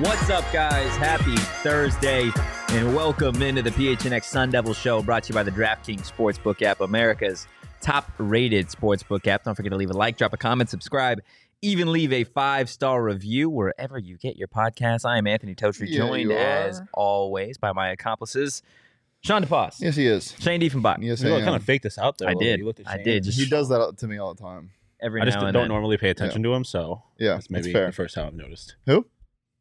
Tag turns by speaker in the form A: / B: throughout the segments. A: What's up, guys? Happy Thursday, and welcome into the PHNX Sun Devil Show, brought to you by the DraftKings Sportsbook app, America's top-rated sportsbook app. Don't forget to leave a like, drop a comment, subscribe, even leave a five-star review wherever you get your podcasts. I am Anthony Totri,
B: Yeah,
A: joined
B: you are.
A: as always by my accomplices, Sean DePass,
B: Yes, he is.
A: Shane Diefenbach.
B: Yes,
C: You
B: I
C: look,
B: am.
C: kind of faked this out there.
A: I
C: a little bit.
A: did.
C: You looked at
A: I
C: Shane.
A: did. Just
B: he does that to me all the time.
A: every
C: I just
A: now
C: don't
A: and then.
C: normally pay attention to him, so
B: Yeah,
C: that's maybe
B: fair.
C: the first time I've noticed.
B: Who?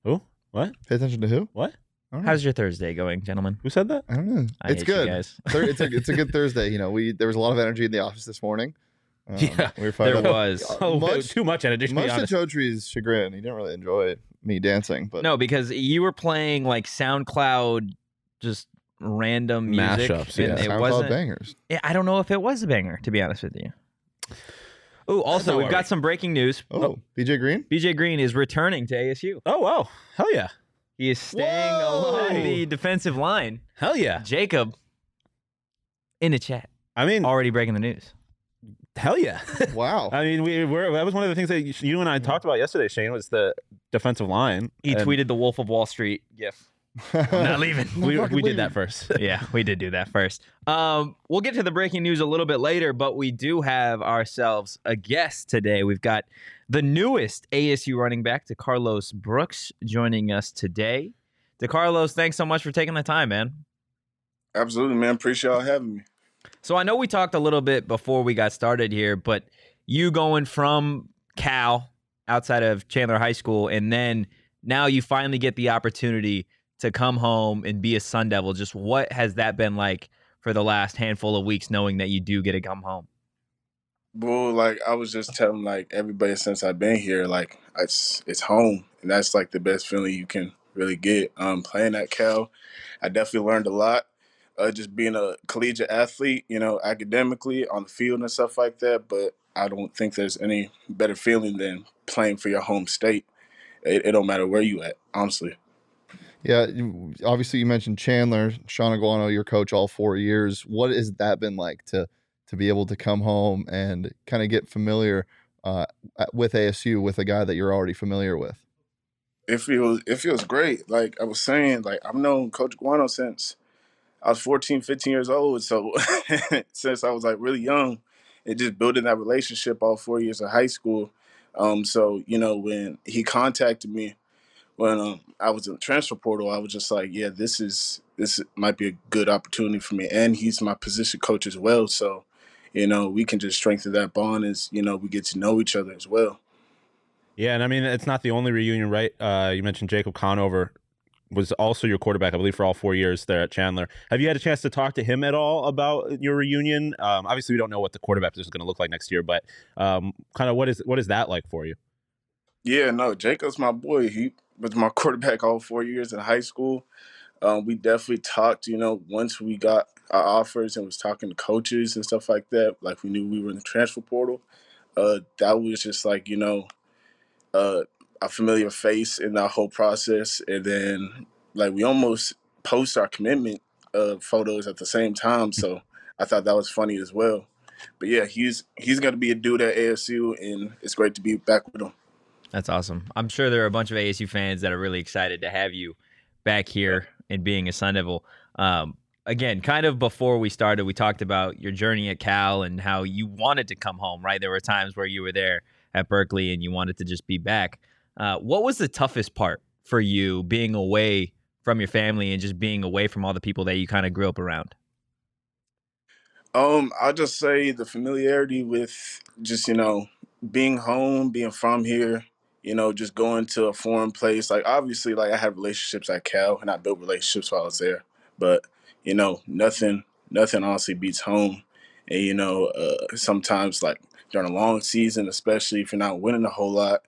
C: Who? What?
B: Pay attention to who?
C: What?
B: I don't know.
A: How's your Thursday going, gentlemen?
C: Who said that?
B: I don't know.
A: I
B: it's
A: hate you
B: good.
A: guys.
B: Thur- it's, a, it's a good Thursday. You know, we there was a lot of energy in the office this morning. Um,
C: Yeah,
B: we were fired
A: There
B: up.
A: was.
C: Oh,
B: Much-
C: much, too much energy. To be
B: Much to
C: honest.
B: Chotri's chagrin, he didn't really enjoy me dancing. But
A: No, because you were playing like SoundCloud, just random music,
C: Mashups,
A: and
C: yeah.
A: it
B: SoundCloud
A: wasn't.
B: bangers.
A: Yeah, I don't know if it was a banger, to be honest with you. Oh, also,
C: not
A: we've got
C: worry.
A: some breaking news.
B: Oh, BJ Green.
A: BJ Green is returning to ASU.
C: oh wow! Hell yeah!
A: He is staying
C: Whoa!
A: along the defensive line.
C: Hell yeah!
A: Jacob in the chat
C: I mean,
A: already breaking the news.
C: hell yeah!
B: Wow.
C: I mean, we were that was one of the things that you- you and I talked about yesterday. Shane was the defensive line.
A: He
C: and
A: tweeted the Wolf of Wall Street gif. not leaving.
C: We,
B: fucking
C: we
B: leaving.
C: did that first.
A: yeah, we did do that first. Um, we'll get to the breaking news a little bit later, but we do have ourselves a guest today. We've got the newest ASU running back, DeCarlos Brooks, joining us today. DeCarlos, thanks so much for taking the time, man.
D: Absolutely, man. Appreciate y'all having me.
A: So I know we talked a little bit before we got started here, but you going from Cal outside of Chandler High School, and then now you finally get the opportunity to come home and be a Sun Devil. Just what has that been like for the last handful of weeks, knowing that you do get to come home?
D: Bro, like I was just telling like everybody since I've been here, like it's it's home, and that's like the best feeling you can really get. Um, playing at Cal, I definitely learned a lot. Uh, just being a collegiate athlete, you know, academically on the field and stuff like that. But I don't think there's any better feeling than playing for your home state. It, it don't matter where you at, honestly.
B: Yeah, you- obviously you mentioned Chandler, Sean Aguano, your coach all four years. What has that been like to to be able to come home and kind of get familiar uh, at- with ASU with a guy that you're already familiar with?
D: it feels it feels great. Like I was saying, like I've known Coach Guano since I was 14, 15 years old. So since I was like really young, and just building that relationship all four years of high school. Um, so you know when he contacted me when um, I was in the transfer portal, I was just like, yeah, this is this might be a good opportunity for me. And he's my position coach as well, so you know we can just strengthen that bond as you know we get to know each other as well.
C: Yeah, and I mean it's not the only reunion, right? Uh, you mentioned Jacob Conover was also your quarterback, I believe, for all four years there at Chandler. Have you had a chance to talk to him at all about your reunion? Um, obviously, we don't know what the quarterback position is going to look like next year, but um, kind of what is what is that like for you?
D: Yeah, no, Jacob's my boy. He was my quarterback all four years in high school. Um, we definitely talked, you know, once we got our offers and was talking to coaches and stuff like that, like we knew we were in the transfer portal. Uh, that was just like, you know, uh, a familiar face in that whole process. And then, like, we almost post our commitment uh, photos at the same time. So I thought that was funny as well. But yeah, he's he's going to be a dude at ASU, and it's great to be back with him.
A: That's awesome. I'm sure there are a bunch of ASU fans that are really excited to have you back here and being a Sun Devil. Um, again, kind of before we started, we talked about your journey at Cal and how you wanted to come home, right? There were times where you were there at Berkeley and you wanted to just be back. Uh, what was the toughest part for you being away from your family and just being away from all the people that you kind of grew up around?
D: Um, I'll just say the familiarity with just, you know, being home, being from here, you know, just going to a foreign place. Like obviously like I had relationships at Cal and I built relationships while I was there. But, you know, nothing nothing honestly beats home. And you know, uh, sometimes like during a long season, especially if you're not winning a whole lot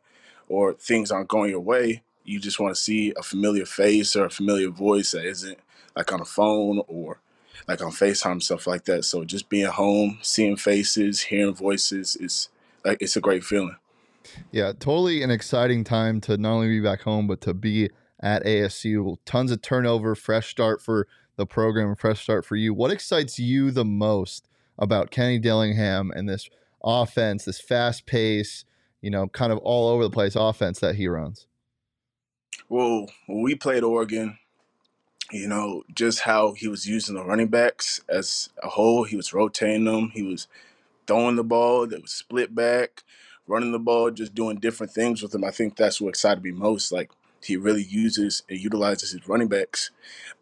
D: or things aren't going your way, you just want to see a familiar face or a familiar voice that isn't like on a phone or like on FaceTime stuff like that. So just being home, seeing faces, hearing voices is like it's a great feeling.
B: Yeah, totally an exciting time to not only be back home but to be at ASU. Tons of turnover, fresh start for the program, fresh start for you. What excites you the most about Kenny Dillingham and this offense, this fast pace, you know, kind of all over the place offense that he runs?
D: Well, when we played Oregon, you know, just how he was using the running backs as a whole. He was rotating them. He was throwing the ball. They was split back, running the ball, just doing different things with them. I think that's what excited me most. Like he really uses and utilizes his running backs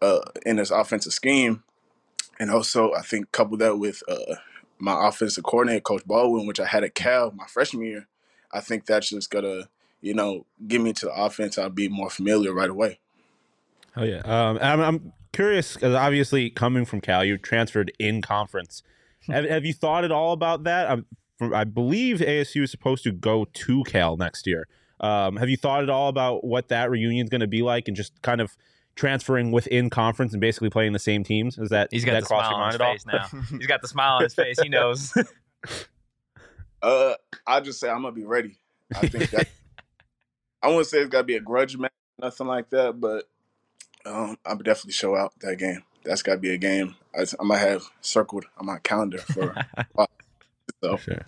D: uh, in his offensive scheme, and also I think couple that with uh, my offensive coordinator, Coach Baldwin, which I had at Cal my freshman year. I think that's just gonna, you know, get me to the offense. I'll be more familiar right away.
C: Oh yeah. Um, I'm, I'm curious because obviously coming from Cal, you transferred in conference.
A: Hmm.
C: have, have you thought at all about that? I'm, from, I believe ASU is supposed to go to Cal next year. Um, have you thought at all about what that reunion is going to be like, and just kind of transferring within conference and basically playing the same teams? Is that
A: He's
C: did
A: got
C: that
A: the
C: cross
A: smile
C: your
A: on his
C: mind at all?
A: face now. He's got the smile on his face. He knows.
D: Uh, I just say I'm gonna be ready. I think that I wouldn't say it's gotta be a grudge match, nothing like that, but um, I'm definitely show out that game. That's gotta be a game I, am gonna have circled on my calendar for. so
C: Sure.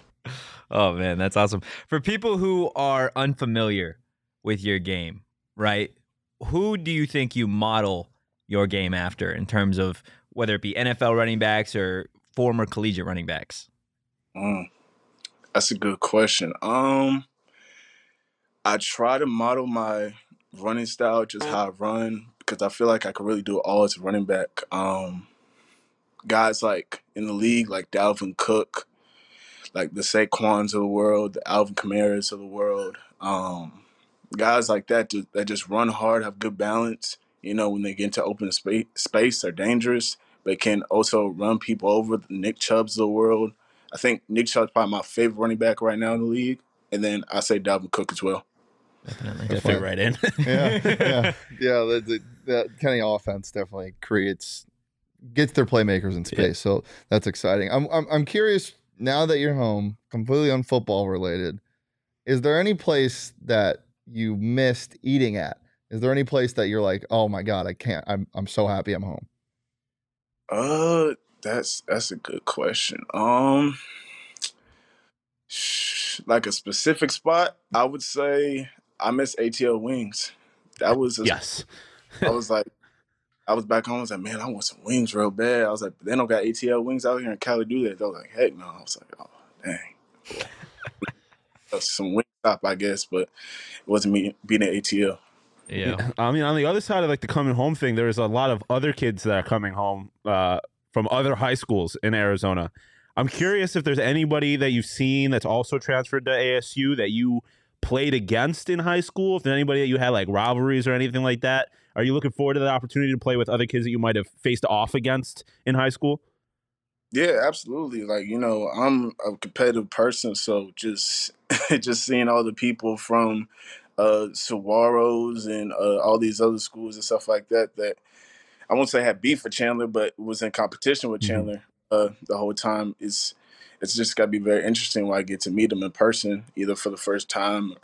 A: Oh man, that's awesome. For people who are unfamiliar with your game, right? Who do you think you model your game after in terms of whether it be NFL running backs or former collegiate running backs?
D: mm, that's a good question. Um, I try to model my running style just how I run because I feel like I can really do it all as a running back. Um, guys like in the league like Dalvin Cook, like the Saquons of the world, the Alvin Kamara's of the world, um, guys like that ju- that just run hard, have good balance. You know, when they get into open space, space they're dangerous, but can also run people over. The Nick Chubb's of the world. I think Nick Chubb's probably my favorite running back right now in the league. And then I say Dalvin Cook as well.
C: Yeah, fit right in.
B: Yeah, yeah, yeah. The, the, the Kenny offense definitely creates gets their playmakers in space, so that's exciting. I'm, I'm I'm curious now that you're home, completely unfootball related. Is there any place that you missed eating at? Is there any place that you're like, oh my god, I can't. I'm I'm so happy I'm home.
D: Uh, that's that's a good question. Um, sh- like a specific spot, I would say I miss ATL wings. That was a,
C: yes.
D: I was like, I was back home. I was like, man, I want some wings real bad. I was like, they don't got ATL wings out here in Cali. Do that? They was like, heck no. I was like, oh dang. That's some wing stop, I guess, but it wasn't me being at ATL.
A: Yeah.
C: I mean, on the other side of like the coming home thing, there's a lot of other kids that are coming home uh, from other high schools in Arizona. I'm curious if there's anybody that you've seen that's also transferred to ASU that you played against in high school. If there's anybody that you had like rivalries or anything like that, are you looking forward to that opportunity to play with other kids that you might have faced off against in high school?
D: Yeah, absolutely. Like you know, I'm a competitive person, so just just seeing all the people from uh Saguaros and uh, all these other schools and stuff like that that I won't say had beef with Chandler, but was in competition with
C: Mhm.
D: Chandler uh, the whole time. It's it's just got to be very interesting when I get to meet them in person, either for the first time,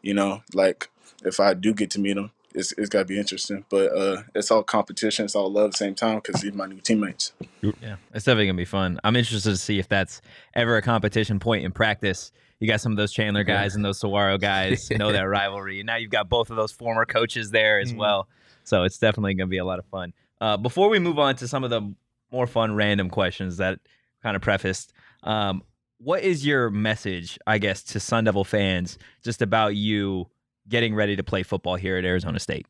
D: you know, like if I do get to meet them, it's it's got to be interesting. But uh it's all competition, it's all love at the same time because these are my new teammates.
A: Yeah. It's definitely gonna be fun. I'm interested to see if that's ever a competition point in practice. You got some of those Chandler guys and those Saguaro guys know that rivalry. And now you've got both of those former coaches there as well. So it's definitely gonna be a lot of fun. Uh, before we move on to some of the more fun random questions that kind of prefaced. Um, what is your message, I guess, to Sun Devil fans just about you getting ready to play football here at Arizona State?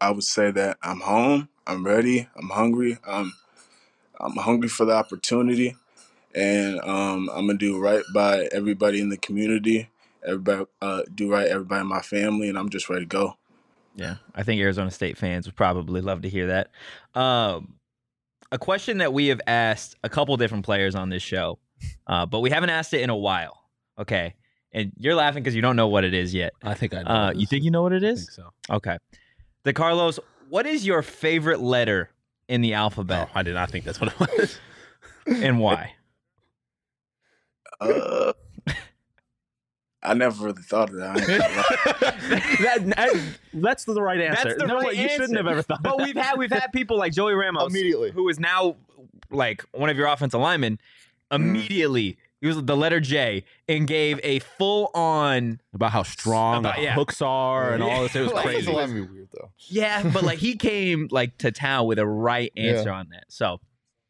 D: I would say that I'm home. I'm ready. I'm hungry. I'm I'm hungry for the opportunity, and um, I'm gonna do right by everybody in the community. Everybody uh, do right, everybody in my family, and I'm just ready to go.
A: Yeah, I think Arizona State fans would probably love to hear that. Um, a question that we have asked a couple different players on this show, uh, but we haven't asked it in a while. Okay, and you're laughing because you don't know what it is yet.
C: I think I know.
A: Uh,
C: what it
A: you
C: is.
A: think you know what it
C: I
A: is?
C: think so.
A: Okay. De Carlos, what is your favorite letter in the
C: No,
A: alphabet
C: I did not think that's what it was.
A: and why?
D: Uh, I never really thought of that. I ain't gonna lie.
C: That- that- that's the right answer.
A: That's the
C: no,
A: right
C: what, you shouldn't
A: answer.
C: have ever thought.
A: But we've had we've had people like Joey Ramos
B: Immediately.
A: who is now like one of your offensive linemen immediately used the letter J and gave a full on
C: about how strong
A: About-
C: the
A: yeah.
C: hooks are and all this. It was
A: Like,
C: crazy.
B: Offensive linemen be weird though.
A: yeah, but like he came like to town with a right
B: Yeah.
A: answer on that. So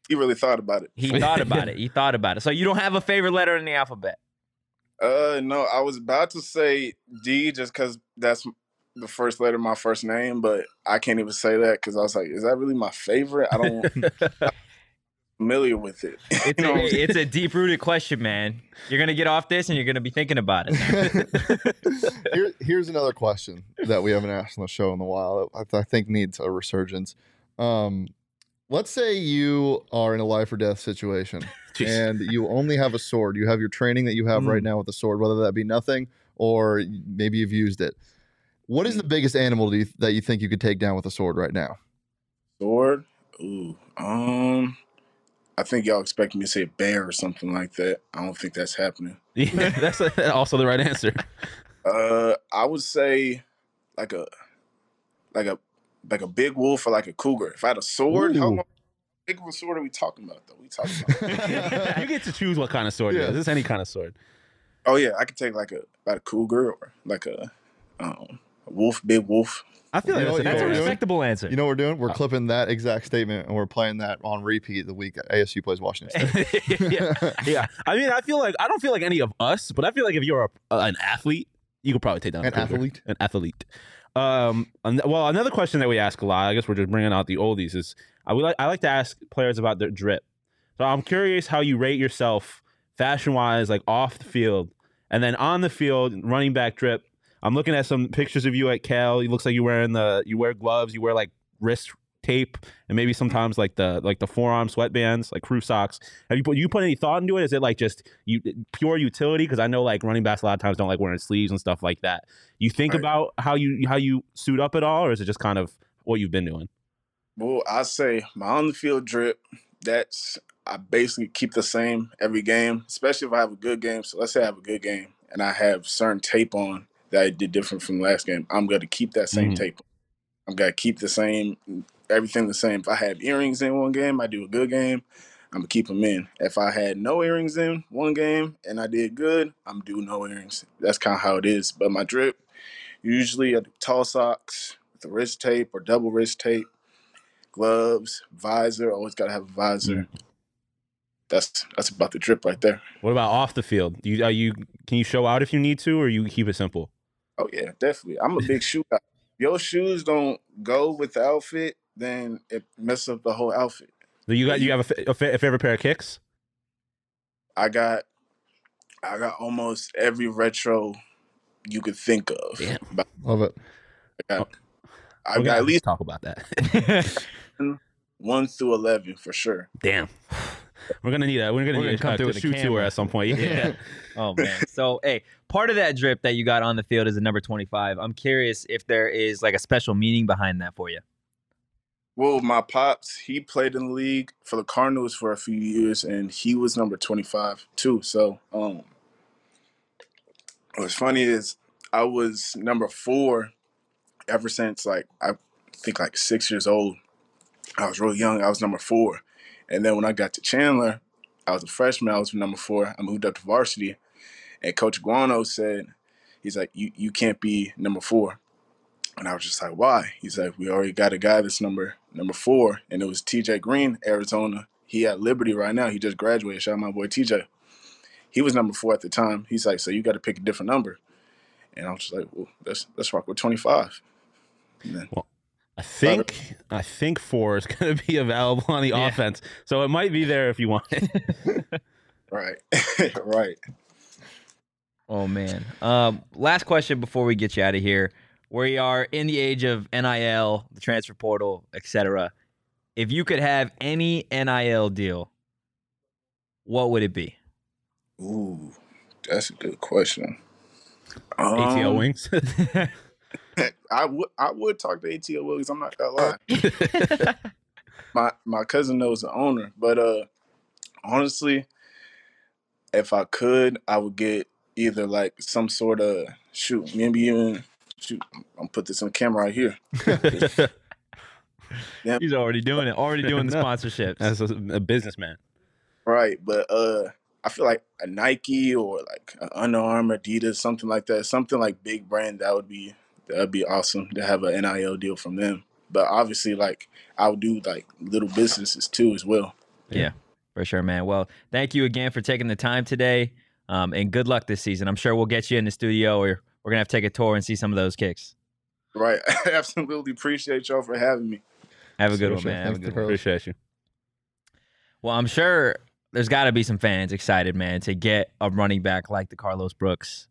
D: He really thought about it.
A: he thought about it. He thought about it. So you don't have a favorite letter in the alphabet.
D: Uh, no, I was about to say D just because that's the first letter of my first name, but I can't even say that because I was like, is that really my favorite? I don't I'm familiar with it.
A: It's
D: know what I'm
A: a, it's a deep rooted question, man. You're gonna get off this and you're gonna be thinking about it.
B: Here, here's another question that we haven't asked on the show in a while that I, I think needs a resurgence. Um, let's say you are in a life or death situation
C: Jeez. Mm.
B: and you only have a sword. You have your training that you have right now with the sword, whether that be nothing or maybe you've used it. What is the biggest animal do you, that you think you could take down with a sword right now?
D: Sword? Ooh. Um I think y'all expect me to say bear or something like that. I don't think that's happening.
C: Yeah, that's also the right answer.
D: Uh I would say like a like a like a big wolf or like a cougar. If I had a sword, how
B: Ooh.
D: long big of a sword are we talking about though? We talking about
C: you get to choose what kind of sword it
B: Yeah.
C: is. It's any kind of sword.
D: Oh yeah, I could take like a like a cougar or like a um a wolf, big wolf.
C: I feel
B: You
C: like
B: know what-
C: that's, a
B: you know what
C: fair
B: we're
C: answer.
B: doing?
A: answer.
B: You know what we're doing? We're clipping that exact statement and we're playing that on repeat the week ASU plays Washington State.
C: yeah. yeah. I mean, I feel like I don't feel like any of us, but I feel like if you're a, uh, an athlete, you could probably take down a
B: An
C: cougar.
B: athlete?
C: An athlete. Um. an- Well, another question that we ask a lot, I guess we're just bringing out the oldies. Is I would like I like to ask players about their drip. So I'm curious how you rate yourself fashion wise, like off the field, and then on the field, running back drip. I'm looking at some pictures of you at Cal. It looks like you're wearing the you wear gloves, you wear like wrist tape, and maybe sometimes like the like the forearm sweatbands, like crew socks. Have you put you put any thought into it? Is it like just you pure utility? Because I know like running backs a lot of times don't like wearing sleeves and stuff like that. You think
D: Right.
C: about how you how you suit up at all, or is it just kind of what you've been doing?
D: Well, I say my on the field drip, that's I basically keep the same every game, especially if I have a good game. So let's say I have a good game and I have certain tape on that I did different from last game. I'm gonna keep that same
C: Mhm.
D: tape. I'm gonna keep the same everything the same. If I have earrings in one game, I do a good game. I'm gonna keep them in. If I had no earrings in one game and I did good, I'm do no earrings. That's kind of how it is. But my drip, usually I do tall socks with the wrist tape or double wrist tape, gloves, visor. Always gotta have a visor. That's that's about the drip right there.
C: What about off the field? Do you are you can you show out if you need to, or you keep it simple?
D: Oh yeah, definitely. I'm a big shoe guy. If Your shoes don't go with the outfit, then it messes up the whole outfit.
C: Do you got you have a, fa- a, fa- a favorite pair of kicks?
D: I got I got almost every retro you could think of.
C: Damn. Oh,
D: But
B: Love it.
D: I got, I
C: We
D: got
C: gotta
D: at least
C: talk about that.
D: one through eleven for sure.
C: Damn. We're gonna need a we're gonna
A: We're gonna
C: need
A: come
C: a,
A: through
C: a,
A: with a
C: shoe tour
A: camera.
C: at some point. Yeah.
A: Oh man. So hey, part of that drip that you got on the field is a number 25. I'm curious if there is like a special meaning behind that for you.
D: Well, my pops, he played in the league for the Cardinals for a few years, and he was number twenty-five too. So, um, what's funny is I was number four ever since like I think like six years old. I was real young. I was number four, and then when I got to Chandler, I was a freshman. I was number four. I moved up to varsity, and Coach Guano said, "He's like, you you can't be number four. And I was just like, why? He's like, we already got a guy that's number number four, and it was TJ Green, Arizona. He at Liberty right now. He just graduated. Shout out my boy TJ. He was number four at the time. He's like, so you got to pick a different number. And I was just like, well, let's let's rock with twenty five. And then
C: I think I think four is going to be available on the
A: Yeah.
C: offense, so it might be there if you want it.
D: right, right.
A: Oh man. Um, last question before we get you out of here. We are in the age of NIL, the transfer portal, etc. If you could have any NIL deal, what would it be?
D: Ooh, that's a good question. Um,
C: ATL wings.
D: I would I would talk to ATL Williams. I'm not gonna lie. my my cousin knows the owner, but uh, honestly, if I could, I would get either like some sort of shoot, maybe even shoot. I'm put this on camera right here.
A: He's already doing it. Already doing the
C: No.
A: sponsorships.
C: As a, a businessman,
D: Right, but uh I feel like a Nike or like an Under Armour, Adidas, something like that, something like big brand that would be that would be awesome to have an NIL deal from them. But obviously, like I would do like little businesses too as well.
A: For sure, man. Well, thank you again for taking the time today, um, and good luck this season. I'm sure we'll get you in the studio, or we're gonna have to take a tour and see some of those kicks.
D: Right, I absolutely appreciate y'all for having me.
A: Have a good
B: For
A: one,
B: sure.
A: man. Have a
B: Thanks,
A: good one.
B: Dakota.
C: appreciate you.
A: Well, I'm sure there's got to be some fans excited, man, to get a running back like the Carlos Brooks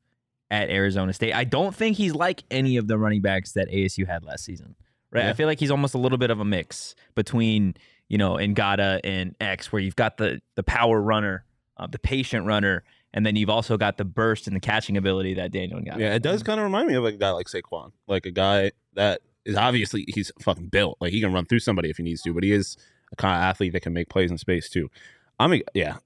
A: at Arizona State. I don't think he's like any of the running backs that ASU had last season. Right? I
C: Yeah.
A: feel like he's almost a little bit of a mix between, you know, Ngata and X where you've got the the power runner, uh, the patient runner, and then you've also got the burst and the catching ability that Daniel Ngata.
C: Yeah, it does kind of remind me of a guy like Saquon, like a guy that is obviously he's fucking built. Like he can run through somebody if he needs to, but he is a kind of athlete that can make plays in space too. I'm e, yeah,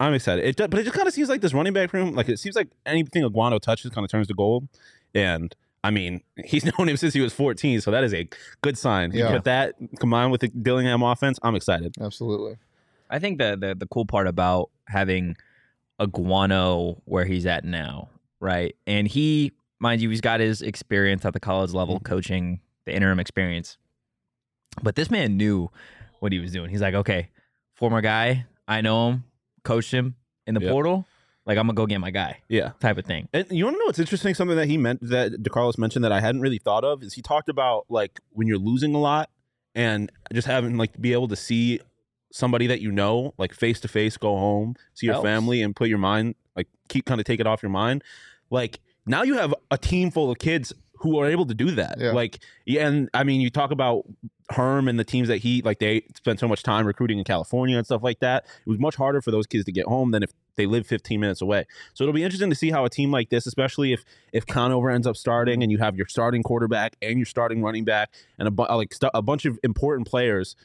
C: I'm excited. It do- but it just kind of seems like this running back room. Like it seems like anything Aguano touches kind of turns to gold. And I mean, he's known him since he was 14, so that is a good sign.
B: Yeah.
C: You put that combined with the Dillingham offense, I'm excited.
B: Absolutely.
A: I think the, the the cool part about having Iguano where he's at now, right? And he, mind you, he's got his experience at the college level, coaching the interim experience. But this man knew what he was doing. He's like, okay, former guy, I know him, coached him in the
C: Yeah.
A: portal. Like I'm gonna go get my guy,
C: Yeah.
A: type of thing.
C: And you want to know what's interesting? Something that he meant that DeCarlos mentioned that I hadn't really thought of is he talked about like when you're losing a lot and just having like be able to see somebody that you know like face to face, go home, see your
A: Helps.
C: family, and put your mind like keep kind of take it off your mind. Like now you have a team full of kids who are able to do that.
B: Yeah.
C: Like yeah, and I mean you talk about Herm and the teams that he like they spent so much time recruiting in California and stuff like that. It was much harder for those kids to get home than if they live 15 minutes away. So it'll be interesting to see how a team like this, especially if if Conover ends up starting and you have your starting quarterback and your starting running back and a bu- like stu- a bunch of important players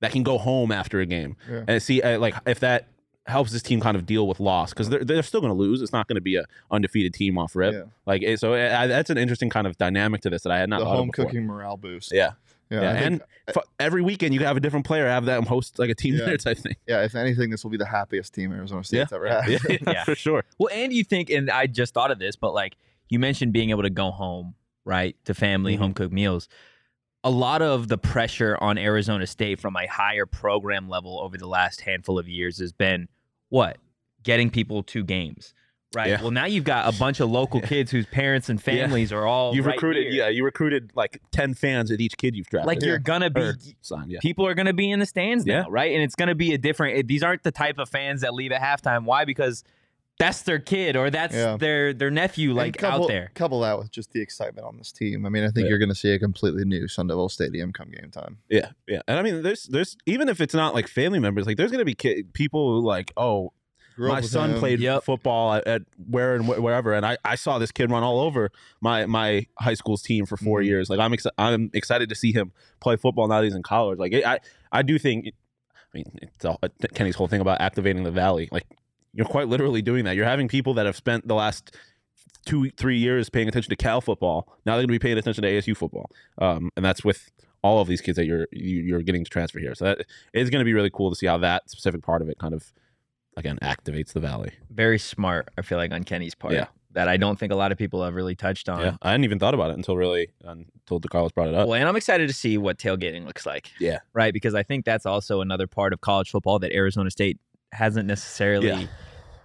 C: that can go home after a game
B: Yeah.
C: and see uh, like if that helps this team kind of deal with loss because they're, they're still going to lose. It's not going to be a undefeated team off rip.
B: Yeah.
C: Like it- so, uh, I, I- that's an interesting kind of dynamic to this that I had not
B: the
C: thought of
B: home
C: before.
B: cooking morale boost.
C: Yeah.
B: Yeah.
C: Yeah,
B: I think-
C: and fu- every weekend you have a different player have them host like a team
B: Yeah.
C: dinner type thing.
B: yeah, if anything, this will be the happiest team Arizona State's ever had.
C: Yeah,
A: Yeah.
C: for sure.
A: Well, and you think, and I just thought of this, but like you mentioned being able to go home, right, to family,
C: Mhm.
A: home cooked meals. A lot of the pressure on Arizona State from a higher program level over the last handful of years has been what? Getting people to games, right?
C: Yeah.
A: Well, now you've got a bunch of local kids whose parents and
C: Yeah.
A: families are all
C: You've
A: Oh, right
C: recruited,
A: here.
C: yeah, you recruited like ten fans with each kid you've drafted.
A: Like you're gonna be,
C: Or signed, yeah.
A: people are going to be in the stands
C: Yeah.
A: now, right? And it's going to be a different. It, these aren't the type of fans that leave at halftime. Why? Because that's their kid or that's
B: Yeah.
A: their their nephew,
B: And
A: like
B: couple,
A: out there.
B: Couple that with just the excitement on this team. I mean, I think
C: Yeah.
B: you're going to see a completely new Sun Devil Stadium come game time.
C: Yeah, yeah, and I mean, there's, there's, even if it's not like family members, like there's gonna be kid, people who like, oh,
B: Grew up
C: my
B: with
C: son
B: him.
C: played
A: Yep.
C: football at, at where and wh- wherever, and I, I saw this kid run all over my my high school's team for 4
B: Mhm.
C: years. Like I'm exci- I'm excited to see him play football now that he's in college. Like I I do think, I mean, it's all, uh, Kenny's whole thing about activating the valley. Like you're quite literally doing that. You're having people that have spent the last two three years paying attention to Cal football. Now they're going to be paying attention to ASU football, um, and that's with all of these kids that you're you, you're getting to transfer here. So that it's going to be really cool to see how that specific part of it kind of again activates the valley.
A: Very smart, I feel like, on Kenny's part.
C: Yeah.
A: that I don't think a lot of people have really touched on.
C: Yeah, I hadn't even thought about it until really until DeCarlos brought it up.
A: Well, and I'm excited to see what tailgating looks like.
C: Yeah.
A: Right. Because I think that's also another part of college football that Arizona State hasn't necessarily
C: Yeah.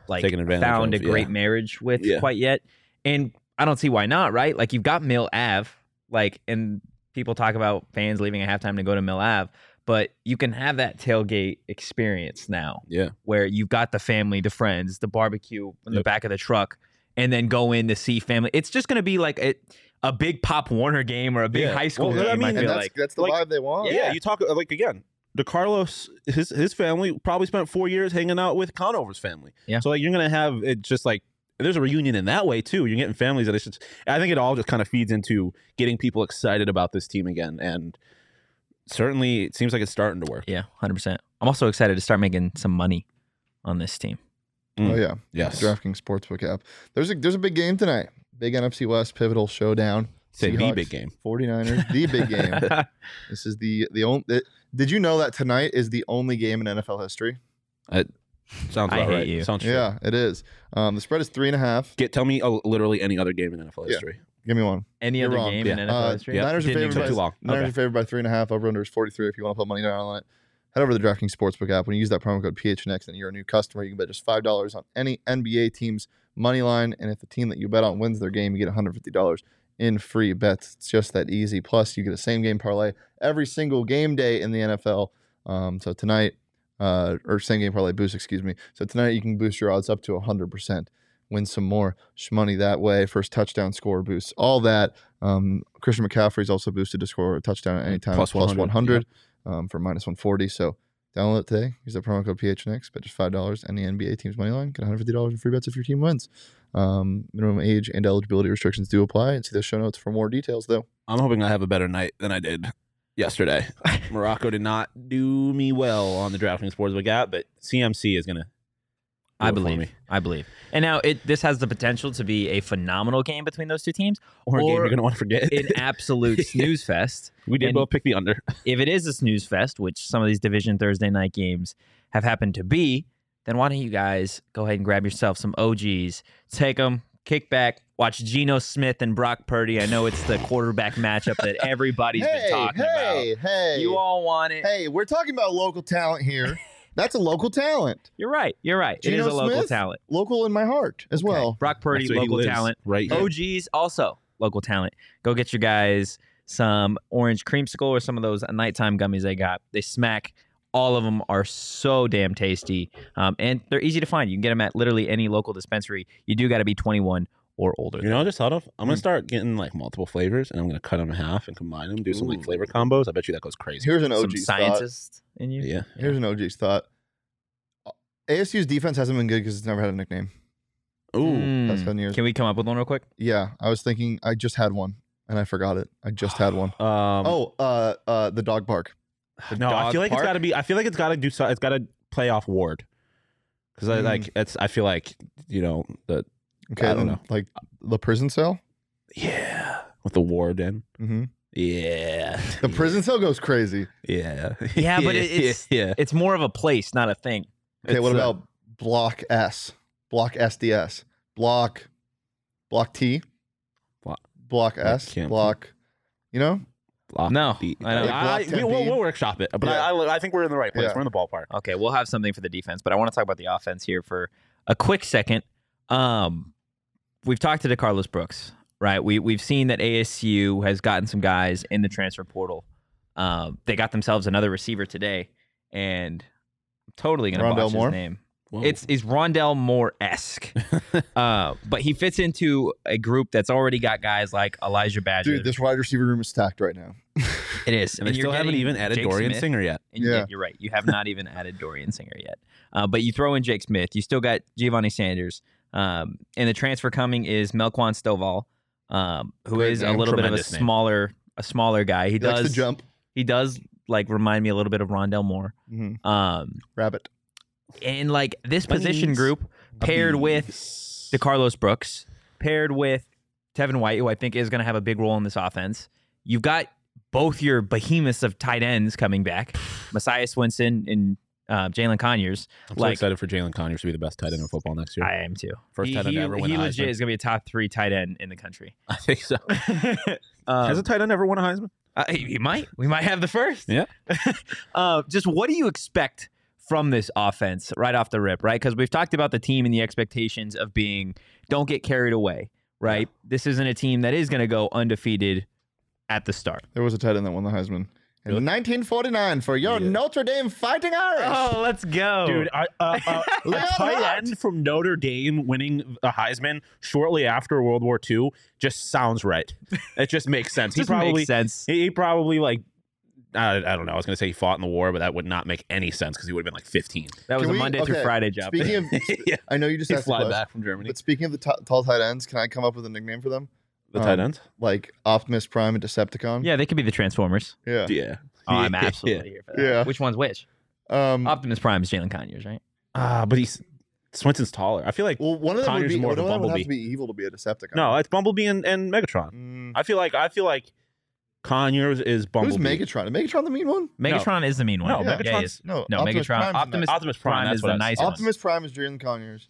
A: like
C: Taken advantage
A: found
C: of,
A: a great
C: yeah.
A: marriage with
C: Yeah.
A: quite yet. And I don't see why not, right? Like you've got Mill Ave, like and people talk about fans leaving at halftime to go to Mill Ave, but you can have that tailgate experience now
C: yeah,
A: where you've got the family, the friends, the barbecue in the
C: Yep.
A: back of the truck, and then go in to see family. It's just going to be like a, a big Pop Warner game or a big
C: Yeah.
A: high school
C: Well, I
A: game. I,
C: mean,
A: feel
B: that's
A: like
B: that's the
C: like-
B: vibe they want.
C: yeah, You talk uh, like again. DeCarlos, his his family probably spent four years hanging out with Conover's family.
A: Yeah.
C: So like you're gonna have it just like there's a reunion in that way too. You're getting families that it's just I think it all just kind of feeds into getting people excited about this team again, and certainly it seems like it's starting to work.
A: yeah, hundred percent. I'm also excited to start making some money on this team.
C: Mm.
B: Oh yeah.
C: Yes.
B: DraftKings Sportsbook app. There's a there's a big game tonight. Big NFC West pivotal showdown.
C: Say the
B: Seahawks,
C: big game.
B: 49ers, the big game. This is the the only. did you know that tonight is the only game in NFL history?
C: Sounds
A: I
C: about
A: hate
C: right.
A: you.
C: Sounds true.
B: Yeah, it is. Um, the spread is three and a half.
C: Get tell me oh, literally any other game in NFL
B: Yeah.
C: history.
B: Give me one.
A: Any
B: You're
A: other
B: wrong.
A: game
C: Yeah.
A: in NFL
B: Uh,
A: history?
C: yeah.
B: Niners are
A: Didn't
B: favored
A: exist.
B: by
C: Took too long.
B: Niners
C: Okay.
B: are favored by three and a half. Over under is 43 if you want to put money down on it. Head over to the DraftKings Sportsbook app. When you use that promo code PHNX and you're a new customer, you can bet just $5 on any NBA team's money line. And if the team that you bet on wins their game, you get $150 in free bets. It's just that easy. Plus, you get a same game parlay every single game day in the NFL. Um, so tonight, uh, or same game parlay boost, excuse me. So tonight you can boost your odds up to 100%. Win some more money that way. First touchdown score boost, all that. Um, Christian McCaffrey's also boosted to score a touchdown at any time,
C: Plus 100,
B: um, for minus 140. So download it today. Use the promo code PHNX, bet just $5. Any NBA team's money line, get $150 in free bets if your team wins. Um, minimum age and eligibility restrictions do apply. And see the show notes for more details, though.
C: I'm hoping I have a better night than I did yesterday. Morocco did not do me well on the drafting sports we got, but CMC is gonna. do
A: I
C: it for
A: believe.
C: me.
A: I believe. And now it this has the potential to be a phenomenal game between those two teams,
C: or a game
A: Or
C: you're gonna want to forget.
A: an absolute snooze fest.
C: we did
A: and-
C: both pick the under.
A: if it is a snooze fest, which some of these division Thursday night games have happened to be, then why don't you guys go ahead and grab yourself some OGs, take them, kick back, watch Geno Smith and Brock Purdy. I know it's the quarterback matchup that everybody's
B: hey,
A: been talking
B: hey, hey.
A: about. You all want it.
B: Hey, we're talking about local talent here. That's a local talent.
A: You're right. You're right. it is
B: Geno
A: a local
B: Smith?
A: talent.
B: Local in my heart as
A: Okay.
B: well.
A: Brock Purdy,
C: That's where he
A: local
C: lives,
A: talent.
C: right? here.
A: OGs also local talent. Go get your guys some orange creamsicle or some of those nighttime gummies they got. They smack. All of them are so damn tasty, um, and they're easy to find. You can get them at literally any local dispensary. You do got to be 21 or older.
C: You know, what I just thought of. I'm
B: Hmm.
C: gonna start getting like multiple flavors, and I'm gonna cut them in half and combine them, do some like
A: Ooh.
C: flavor combos. I bet you that goes crazy.
B: Here's an
A: Some
B: OG's thought.
A: scientist in you.
C: Yeah,
B: Here's an OG's thought. ASU's defense hasn't been good because it's never had a nickname.
C: ooh,
A: Mm.
B: Past 10 years.
A: Can we come up with one real quick?
B: Yeah, I was thinking I just had one and I forgot it. I just had one.
C: um,
B: oh, uh, uh, the dog park.
C: no, I
A: dog
C: feel like
A: park?
C: it's gotta be. I feel like it's gotta do. so- It's gotta play off Ward. Because I
B: Hmm.
C: like it's. I feel like you know the
B: Okay,
C: I don't
B: then,
C: know.
B: like the prison cell.
C: yeah with the Ward in.
B: hmm
C: Yeah.
B: The prison cell goes crazy.
C: Yeah.
A: Yeah, but it- it's-
C: yeah.
A: It's more of a place, not a thing.
B: Okay, what
C: It's, uh,
B: about block S, block SDS, block, block T,
C: Block-
B: block S,
C: can't-
B: block. You know,
C: Block
A: No,
C: beat.
A: I don't-
C: Like,
B: Block
C: I- we, will
B: 10B.
C: we'll workshop it, but
B: Yeah.
C: I, I, I think we're in the right place.
B: Yeah.
C: We're in the ballpark.
A: Okay, we'll have something for the defense, but I want to talk about the offense here for a quick second. Um, we've talked to DeCarlos Brooks, right? We we've seen that ASU has gotten some guys in the transfer portal. Um, they got themselves another receiver today, and I'm totally gonna
B: Rondell
A: botch
B: Moore?
A: his name. It's is Rondell Moore esque, uh, but he fits into a group that's already got guys like Elijah Badger.
B: dude, this wide receiver room is stacked right now.
A: it is,
C: and they
A: you're
C: still haven't
A: getting
C: even added
A: Jake
C: Dorian
A: Smith.
C: Singer yet.
A: And yeah.
B: Yeah.
A: you're right. You have not even added Dorian Singer yet. Uh, but you throw in Jake Smith. You still got Giovanni Sanders. Um, and the transfer coming is Melquan Stovall, um, who
B: Great
A: is a
B: name.
A: little bit of a
C: Tremendous name.
A: smaller a smaller guy. He,
B: He likes
A: does
B: to jump.
A: he does like remind me a little bit of Rondell Moore.
B: Mhm.
A: Um,
B: Rabbit.
A: and like this position
C: Bunnies.
A: group paired with
C: the
A: DeCarlos Brooks, paired with Tevin White, who I think is going to have a big role in this offense. You've got both your behemoths of tight ends coming back, Messiah Swinson and uh, Jalen Conyers.
C: I'm so
A: like
C: excited for Jalen Conyers to be the best tight end in football next year.
A: I am too.
C: First
A: he,
C: tight end
A: he,
C: to ever win
A: he
C: a
A: legit
C: Heisman.
A: is going to be a top three tight end in the country.
C: I think so. Has a
A: Um,
C: tight end ever won a Heisman?
A: Uh, he he might. We might have the first.
C: Yeah.
A: uh, just what do you expect from this offense right off the rip, right? Because we've talked about the team and the expectations of being don't get carried away, right? This isn't a team that is going to go undefeated at the start.
B: There was a tight end that won the Heisman. In
C: Really?
B: 1949 for your
C: Yeah.
B: Notre Dame Fighting Irish.
C: Oh.
A: Oh, let's go.
C: Dude, I, uh, uh, a
B: Leon
C: tight
B: Hart.
C: end from Notre Dame winning the Heisman shortly after World War II just sounds right. It just makes sense.
A: just
C: he probably
A: makes sense.
C: he, he probably like I, I don't know. I was gonna say he fought in the war, but that would not make any sense because he would have been like 15.
A: That was
B: Can
A: a
B: we-
A: Monday through
B: okay,
A: Friday job.
B: Speaking of,
C: yeah,
B: I know you just
C: he
B: asked the
C: fly
B: question,
C: back from Germany.
B: but speaking of the t- tall tight ends, can I come up with a nickname for them?
C: The tight
B: um,
C: end.
B: Like Optimus Prime and Decepticon.
A: yeah, they could be the Transformers.
B: yeah.
C: Yeah. Mm.
A: Oh, I'm absolutely here for that.
B: Yeah.
A: Which one's which?
B: Um,
A: Optimus Prime is Jalen Conyers, right?
C: Ah, but he's Swenson's taller. I feel like
B: well, one of them would
C: Connor's
B: be
C: more
B: one
C: of a
B: of them would have
C: Bumblebee.
B: to be evil to be a Decepticon.
C: no, it's Bumblebee and, and Megatron.
B: Mm,
C: I feel like I feel like Conyers is
B: who's
C: Bumblebee.
B: Megatron? Megatron the mean one?
A: Megatron is the mean one.
C: No,
A: Yeah, he
C: Megatron's-
A: is.
B: No,
A: No,
B: Optimus
A: Megatron.
B: Prime's not-
A: Optimus
C: Optimus Prime,
A: Prime
C: that's
A: is
C: what
A: the
C: I
A: nice one.
B: Optimus Prime is Jalen Conyers.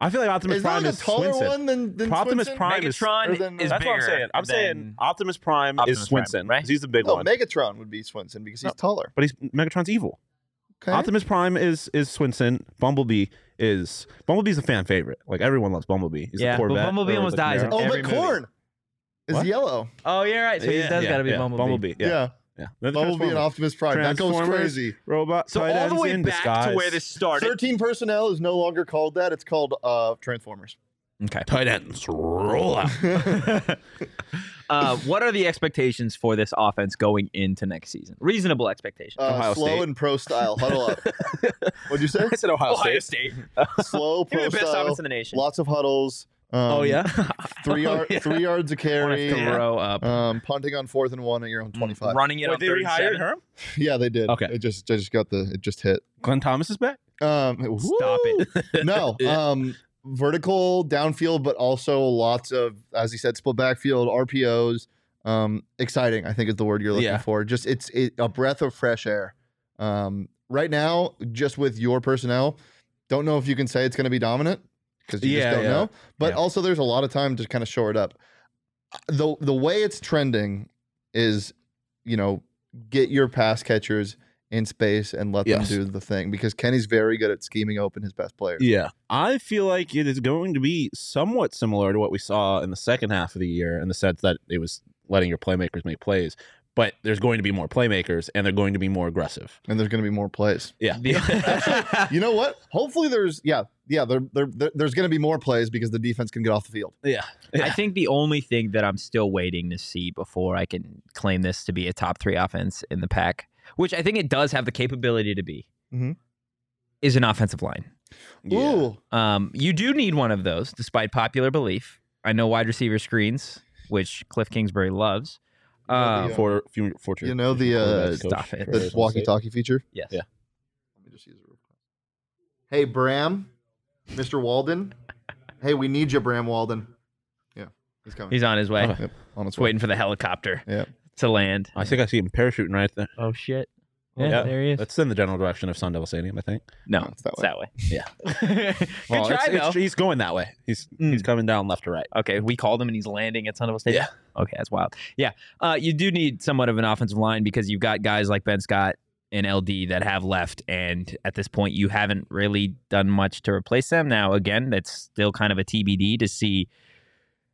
C: I feel like Optimus
B: Is
C: Prime
B: that a
C: is
B: taller
C: Swinson.
B: one than, than
C: Optimus
B: Swinson?
C: Prime is
A: Megatron
B: or than, uh,
A: is
C: Mm, That's
A: bigger
C: what I'm saying. I'm saying
A: than-
C: Optimus Prime
A: Optimus
C: is
A: Prime,
C: Swinson,
A: right?
C: 'cause He's the big
B: No,
C: one.
B: Megatron would be Swinson because he's
C: No.
B: taller.
C: but he's Megatron's evil.
B: Okay.
C: Optimus Prime is is Swinson. Bumblebee is Bumblebee's a fan favorite. Like everyone loves Bumblebee. He's
A: Yeah,
C: a
A: but
C: Corvette.
A: Bumblebee
C: or
A: almost
C: the
A: dies
C: Camaro.
A: at
B: oh,
A: every
B: but
A: movie.
B: corn is
C: What?
B: yellow.
A: Oh, yeah, right. So he
C: Yeah,
A: does
C: yeah,
A: got to be
C: yeah.
A: Bumblebee.
C: Yeah, yeah.
B: yeah.
C: They're the
B: Bumblebee and
C: Transformers.
B: Optimus Prime. That goes
C: Transformers,
B: crazy.
C: Robot.
A: So
C: tight
A: all the
C: ends
A: way
C: in
A: back to
C: disguise.
A: where this started.
B: 13 personnel is no longer called that. It's called uh, Transformers.
A: Okay.
C: tight ends roll out.
A: Uh, what are the expectations for this offense going into next season? Reasonable expectations.
B: Uh,
C: Ohio
B: slow
C: State.
B: and pro style. Huddle up. What'd you say?
C: I said Ohio, State.
B: Slow
A: Maybe
B: pro
A: the best
B: style.
A: offense in the nation.
B: Lots of huddles. Um,
C: Oh yeah.
B: Three,
C: Oh,
B: yard,
C: yeah.
B: three yards a
A: Want to
B: carry.
A: throw up.
C: Mm.
B: Um, punting on fourth and one at your own 25.
A: Running it on third and seven.
C: her?
B: Yeah, they did.
C: Okay.
B: It just, I just got the. It just hit.
C: Glenn Thomas is back.
B: Um,
A: Stop it.
B: no um vertical downfield but also lots of as he said split backfield rpos um exciting i think is the word you're looking
C: Yeah.
B: for just it's it, a breath of fresh air um right now just with your personnel don't know if you can say it's going to be dominant because you
C: Yeah,
B: just don't
C: yeah.
B: know but
C: Yeah.
B: also there's a lot of time to kind of shore it up the the way it's trending is you know get your pass catchers in space and let
C: Yes.
B: them do the thing because Kenny's very good at scheming open his best players.
C: Yeah. I feel like it is going to be somewhat similar to what we saw in the second half of the year in the sense that it was letting your playmakers make plays, but there's going to be more playmakers and they're going to be more aggressive.
B: and there's going to be more plays.
C: Yeah.
B: You know what? Hopefully, there's yeah, yeah. There, there, there- there's going to be more plays because the defense can get off the field.
C: yeah.
A: I think the only thing that I'm still waiting to see before I can claim this to be a top three offense in the pack, which I think it does have the capability to be,
B: Mhm.
A: is an offensive line.
C: Yeah.
B: Ooh,
A: Um, you do need one of those, despite popular belief. I know wide receiver screens, which Cliff Kingsbury loves.
B: know
A: Um,
B: the, uh,
C: For, few- for,
B: You know the, uh,
C: quarterbacks coach
A: Stop it.
C: for
B: the
C: Arizona State.
B: walkie-talkie feature.
A: yes.
C: Yeah.
B: Let me just use it real quick. Hey, Bram, Mr. Walden. Hey, we need you, Bram Walden. Yeah, he's coming.
A: He's on his way.
C: Okay.
B: yep, on its
A: Just
B: way.
A: waiting for the helicopter
B: Yep.
A: to land.
C: I think I see him parachuting right there.
A: Oh, shit.
C: Yeah, Yeah. there
A: he is.
C: That's in the general direction of Sun Devil Stadium, I think.
A: no,
B: It's that
A: it's
B: way.
A: that way. Yeah. Good
C: Well,
A: try,
C: it's- it's-
A: though. Mm.
C: he's going that way. He's he's coming down left to right.
A: Okay, we called him and he's landing at Sunnyvale Stadium. Yeah. Okay, that's wild. Yeah, uh, you do need somewhat of an offensive line because you've got guys like Ben Scott and LD that have left, and at this point, you haven't really done much to replace them. Now, again, that's still kind of a TBD to see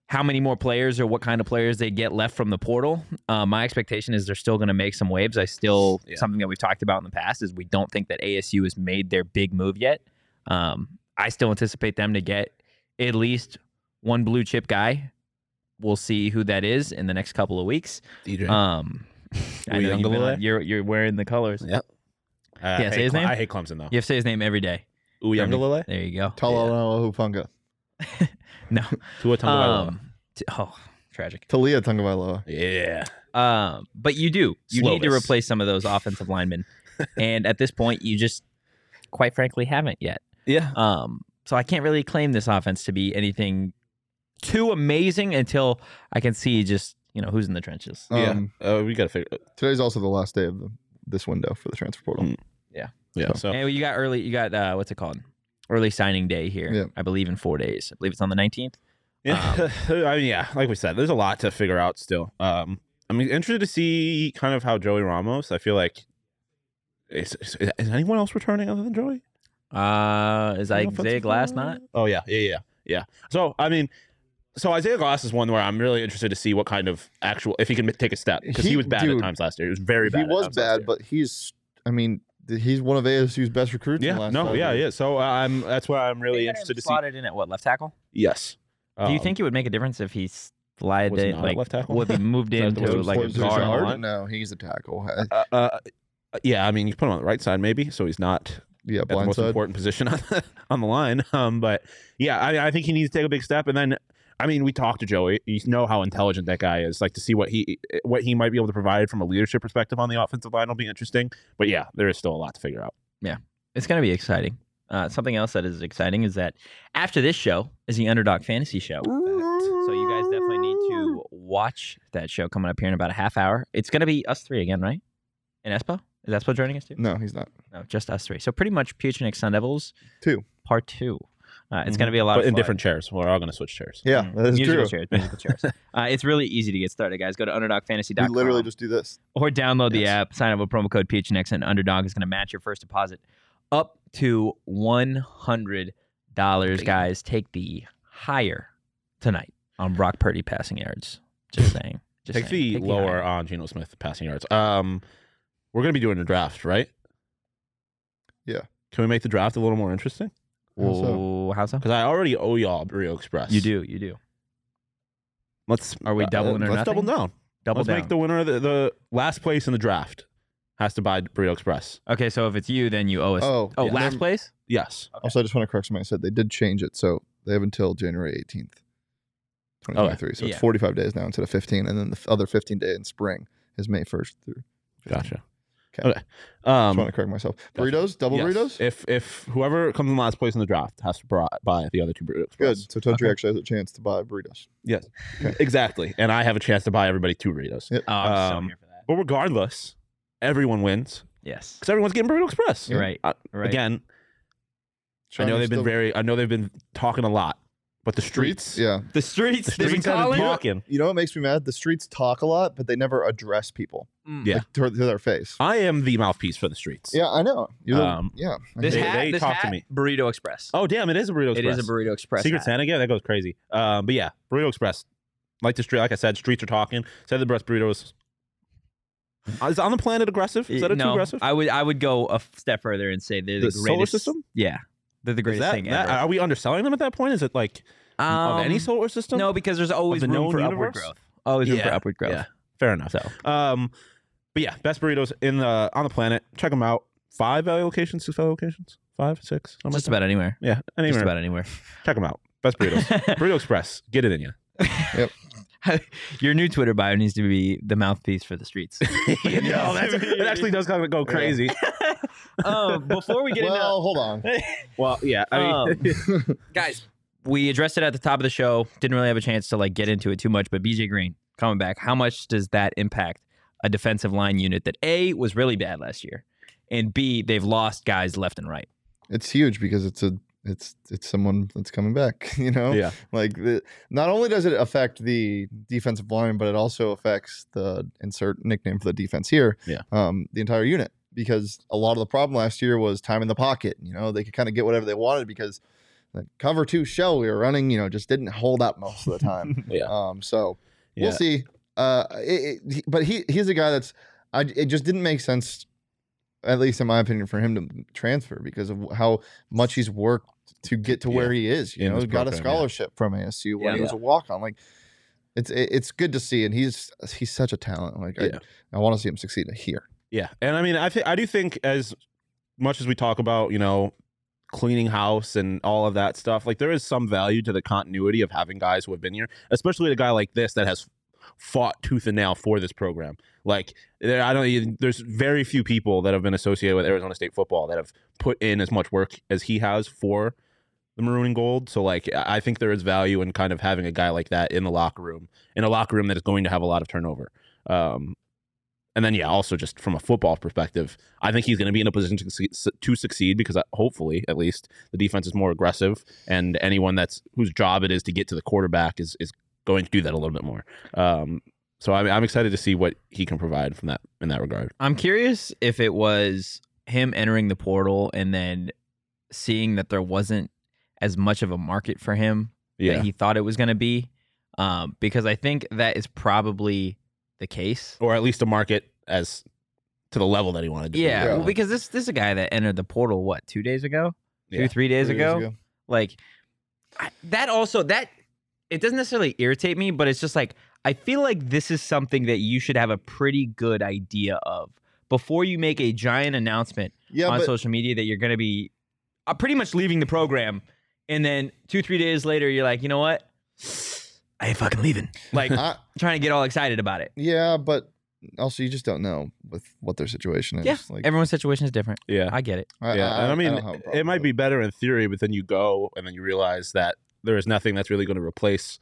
A: how many more players or what kind of players they get left from the portal. Uh, my expectation is they're still going to make some waves. I still
C: Yeah.
A: something that we've talked about in the past is we don't think that ASU has made their big move yet. Um, I still anticipate them to get at least one blue chip guy. We'll see who that is in the next couple of weeks.
C: DJ.
A: Um, I
C: Louis
A: know you've been
C: Ungulale?
A: on- you're you're wearing the colors.
C: yep. Uh,
A: Yeah,
C: I
A: say
C: hate
A: his
C: Cle-
A: name?
C: I hate Clemson though.
A: You have to say his name every day.
C: Uyangalele?
A: There you go.
B: Talanoa Hufunga,
A: No.
C: Tua Tagovailoa.
A: Um, t- oh, tragic.
B: Talia Tungavailoa.
C: Yeah.
A: Um, but you do. You need to
C: Slovis.
A: replace some of those offensive linemen, and at this point, you just, quite frankly, haven't yet.
C: Yeah.
A: Um, so I can't really claim this offense to be anything too amazing until I can see just you know who's in the trenches.
B: Um,
C: yeah. Uh, we got to figure
B: Today's also the last day of the, this window for the transfer portal.
C: Mm.
A: Yeah.
C: Yeah. So
A: And you got early. You got uh, what's it called? Early signing day here.
B: Yeah.
A: I believe in four days. I believe it's on the nineteenth.
C: Yeah, I mean, yeah, like we said, there's a lot to figure out still. Um, I'm interested to see kind of how Joey Ramos. I feel like is, is, is anyone else returning other than Joey?
A: Uh, is Isaiah Glass not?
C: Oh yeah, yeah, yeah, yeah. So I mean, so Isaiah Glass is one where I'm really interested to see what kind of actual if he can take a step because he,
B: He-
C: was bad
B: dude,
C: at times last year. He was very bad.
B: he
C: at
B: was
C: times last
B: bad,
C: year.
B: but he's. I mean, th- he's one of ASU's best recruits. in the
C: yeah,
B: last
C: no,
B: five
C: yeah,
B: years.
C: yeah. So uh, I'm that's why I'm really interested to see.
A: Slotted in at what left tackle?
C: Yes.
A: Do you
C: Um,
A: think it would make a difference if he slid
C: Was
A: in,
C: not a
A: like
C: left tackle?
A: would be moved
C: Is that the
A: into
C: word?
A: like a
C: Was it
A: guard?
C: guard?
B: No, he's a tackle. Uh,
C: Uh, uh, yeah, I mean, you put him on the right side maybe, so he's not
B: Yeah,
C: at the most
B: blindside.
C: important position on the, on the line. Um, but yeah, I, I think he needs to take a big step. And then, I mean, we talked to Joey. You know how intelligent that guy is. Like to see what he what he might be able to provide from a leadership perspective on the offensive line will be interesting. But yeah, there is still a lot to figure out.
A: It's going to be exciting. Uh, something else that is exciting is that after this show is the Underdog Fantasy Show. So you guys definitely need to watch that show coming up here in about a half hour. It's going to be us three again, right? And Espo? Is Espo joining us too?
B: No, he's not.
A: No, just us three. So pretty much Puchinick Sun Devils.
B: Two.
A: Part two. Uh, it's going to be a lot
C: but
A: of fun.
C: in
A: Mm,
C: different chairs. We're all going to switch chairs.
B: Yeah, that is
A: musical
B: true.
A: chairs. Musical chairs. Uh, it's really easy to get started, guys. Go to underdogfantasy.com
B: We literally just do this.
A: or download the
C: Yes.
A: app, sign up with promo code PHNX, and Underdog is going to match your first deposit up to $100. Guys, take the higher tonight on Brock Purdy passing yards. Just saying. Just
C: Take
A: saying.
C: the lower
A: higher.
C: on Geno Smith passing yards. Um, we're going to be doing a draft, right?
B: Yeah.
C: Can we make the draft a little more interesting?
B: How so?
A: Whoa, how so?
C: Because I already owe y'all Rio Express.
A: You do. You do.
C: Let's.
A: Are we doubling
C: uh,
A: or
C: Let's
A: nothing?
C: double down.
A: Double
C: Let's
A: down.
C: make the winner of the, the last place in the draft has to buy Burrito Express.
A: okay, so if it's you, then you owe us.
B: Oh,
A: oh
B: yeah.
A: last
B: Never-
A: place?
C: Yes.
B: Also, I just want to correct something I said. They did change it, so they have until January 18th,
C: Oh,
B: 2023. So
A: Yeah.
B: it's 45 days now instead of 15, and then the f- other 15 day in spring is May 1st through.
C: Gotcha.
B: Okay.
C: Okay.
B: I just want
C: Um,
B: to correct myself.
C: gotcha.
B: Burritos, double
C: yes.
B: burritos.
C: If if whoever comes in last place in the draft has to bri- buy the other two Burrito
B: Good.
C: Express.
B: So Totri actually has a chance to buy burritos.
C: Yes. Exactly. And I have a chance to buy everybody two burritos.
B: Yeah.
A: Oh, I'm
C: Um,
A: so here for that.
C: But regardless, everyone wins
A: Yes.
C: because everyone's getting Burrito Express.
A: You're right.
C: Uh,
A: You're right.
C: Again, I know
B: China's
C: they've been
B: still-
C: very. I know they've been talking a lot, but the streets.
B: Yeah.
A: the streets.
C: The streets have been talking.
B: You know what makes me mad? The streets talk a lot, but they never address people
A: Mm.
C: Yeah.
B: like, to, to their face.
C: I am the mouthpiece for the streets.
B: Yeah, I know. You're the-
C: Um,
B: yeah. I
A: This
B: know.
C: They-
A: hat,
C: they
A: this
C: talked to
A: hat,
C: me.
A: Burrito Express.
C: Oh damn! It is a burrito.
A: it
C: Express.
A: is a Burrito Express.
C: Secret
A: hat.
C: Santa, yeah, that goes crazy. Um, but yeah, Burrito Express, like the street, like I said, streets are talking. Said the best burritos. Is on the planet aggressive? Is that a
A: no,
C: too aggressive?
A: I would I would go a f- step further and say they're the,
C: The
A: greatest
C: solar system?
A: Yeah, they're the
C: Is
A: greatest
C: that-
A: thing
C: that-
A: ever.
C: Are we underselling them at that point? Is it like of any
A: Um,
C: solar system?
A: No, because there's always
C: the
A: room
C: known
A: for upward
C: universe?
A: growth. Always room for
C: Yeah,
A: upward growth.
C: yeah. fair enough.
A: So
C: Um, but yeah, best burritos in the on the planet. Check them out. Five value locations, six value locations, five, six, something
A: just
C: like
A: about anywhere.
C: that. Yeah, anywhere.
A: Just about anywhere.
C: Check them out. Best burritos. Burrito Express, get it in you.
A: Your new Twitter bio needs to be the mouthpiece for the streets.
C: no, that's, it actually does kind of go crazy.
A: um, before we get
B: well, hold on.
C: Well, yeah, I mean,
A: Um, into guys, we addressed it at the top of the show. Didn't really have a chance to like get into it too much, but BJ Green coming back. How much does that impact a defensive line unit that A was really bad last year, and B they've lost guys left and right.
B: It's huge because it's a it's it's someone that's coming back. You know.
C: yeah.
B: Like, the, not only does it affect the defensive line, but it also affects the insert nickname for the defense here.
C: Yeah.
B: Um, the entire unit because a lot of the problem last year was time in the pocket. You know, they could kind of get whatever they wanted because the cover two shell we were running, you know, just didn't hold up most of the time.
C: Yeah.
B: Um, so
C: yeah.
B: we'll see. Uh, it, it, he- but he he's a guy that's I it just didn't make sense, at least in my opinion, for him to transfer because of how much he's worked to get to where he is. You
C: In
B: know,
C: this
B: got a
C: program, yeah.
B: scholarship from ASU when he
C: Yeah.
B: was a walk on. Like it's it, it's good to see, and he's he's such a talent. Like
C: Yeah.
B: I, I want to see him succeed here.
C: Yeah, and I mean, I think I do think as much as we talk about, you know, cleaning house and all of that stuff, like there is some value to the continuity of having guys who have been here, especially a guy like this that has fought tooth and nail for this program. Like there, I don't. even- There's very few people that have been associated with Arizona State football that have put in as much work as he has for the maroon and gold. So like, I I think there is value in kind of having a guy like that in the locker room, in a locker room that is going to have a lot of turnover. Um, And then, yeah, also just from a football perspective, I think he's going to be in a position to, succeed- to succeed because uh, hopefully, at least, the defense is more aggressive, and anyone that's whose job it is to get to the quarterback is is going to do that a little bit more. Um, so I'm, I'm excited to see what he can provide from that in that regard.
A: I'm curious if it was him entering the portal and then seeing that there wasn't as much of a market for him
C: Yeah,
A: that he thought it was going to be, um, because I think that is probably the case.
C: or at least a market as to the level that he wanted. To be.
A: Yeah,
B: Yeah.
A: well, because this this is a guy that entered the portal what two days ago,
C: Yeah.
A: two three days
B: Three
A: ago. Like I, that also that it doesn't necessarily irritate me, but it's just like I feel like this is something that you should have a pretty good idea of before you make a giant announcement
B: Yeah,
A: on
B: but
A: social media that you're going to be uh, pretty much leaving the program, and then two three days later you're like, you know what, I ain't fucking leaving. Like
B: I,
A: trying to get all excited about it.
B: yeah, but also you just don't know with what their situation is.
A: Yeah,
B: like,
A: everyone's situation is different.
C: yeah.
A: I get it.
B: I,
C: yeah, and I mean,
B: don't have a problem
C: it might
B: with
C: be better in theory, but then you go and then you realize that there is nothing that's really going to replace,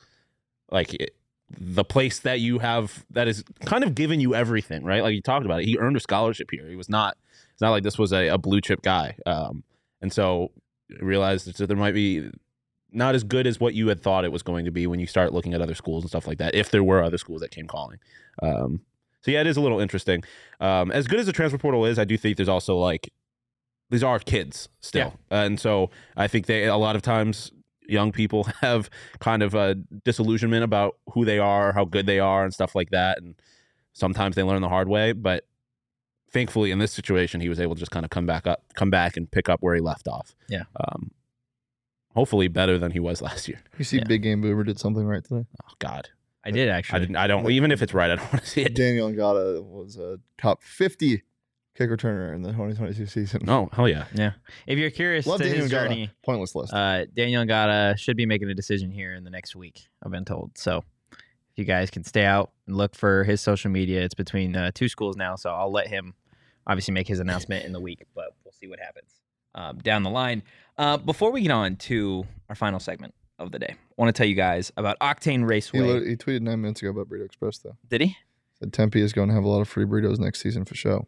C: like, it, the place that you have that is kind of given you everything, right? Like you talked about it, he earned a scholarship here. He was not. It's not like this was a, a blue chip guy, um, and so realize that there might be not as good as what you had thought it was going to be when you start looking at other schools and stuff like that. If there were other schools that came calling, um, so yeah, it is a little interesting. Um, as good as the transfer portal is, I do think there's also like these are kids still, and so I think they a lot of times young people have kind of a disillusionment about who they are, how good they are, and stuff like that. And sometimes they learn the hard way, but thankfully in this situation, he was able to just kind of come back up, come back and pick up where he left off.
A: Yeah.
C: Um, hopefully better than he was last year.
B: it. You see,
A: Yeah.
B: Big Game Boomer did something right today.
C: Oh God,
A: I did actually.
C: I didn't. I don't. Even if it's right, I don't want to see it.
B: Daniel Ngata was a top 50 kick returner in the 2022 season.
C: No, hell yeah.
A: If you're curious
B: Love
A: to
B: Daniel
A: his
B: Ngata.
A: journey,
B: Pointless list.
A: uh, Daniel Ngata should be making a decision here in the next week. I've been told. So if you guys can stay out and look for his social media, it's between uh, two schools now. So I'll let him obviously make his announcement in the week, but we'll see what happens um, down the line. Uh, before we get on to our final segment of the day, I want to tell you guys about Octane
B: he,
A: Raceway.
B: lit- he tweeted nine minutes ago about Burrito Express, though.
A: Did he?
B: Said Tempe is going to have a lot of free burritos next season for show.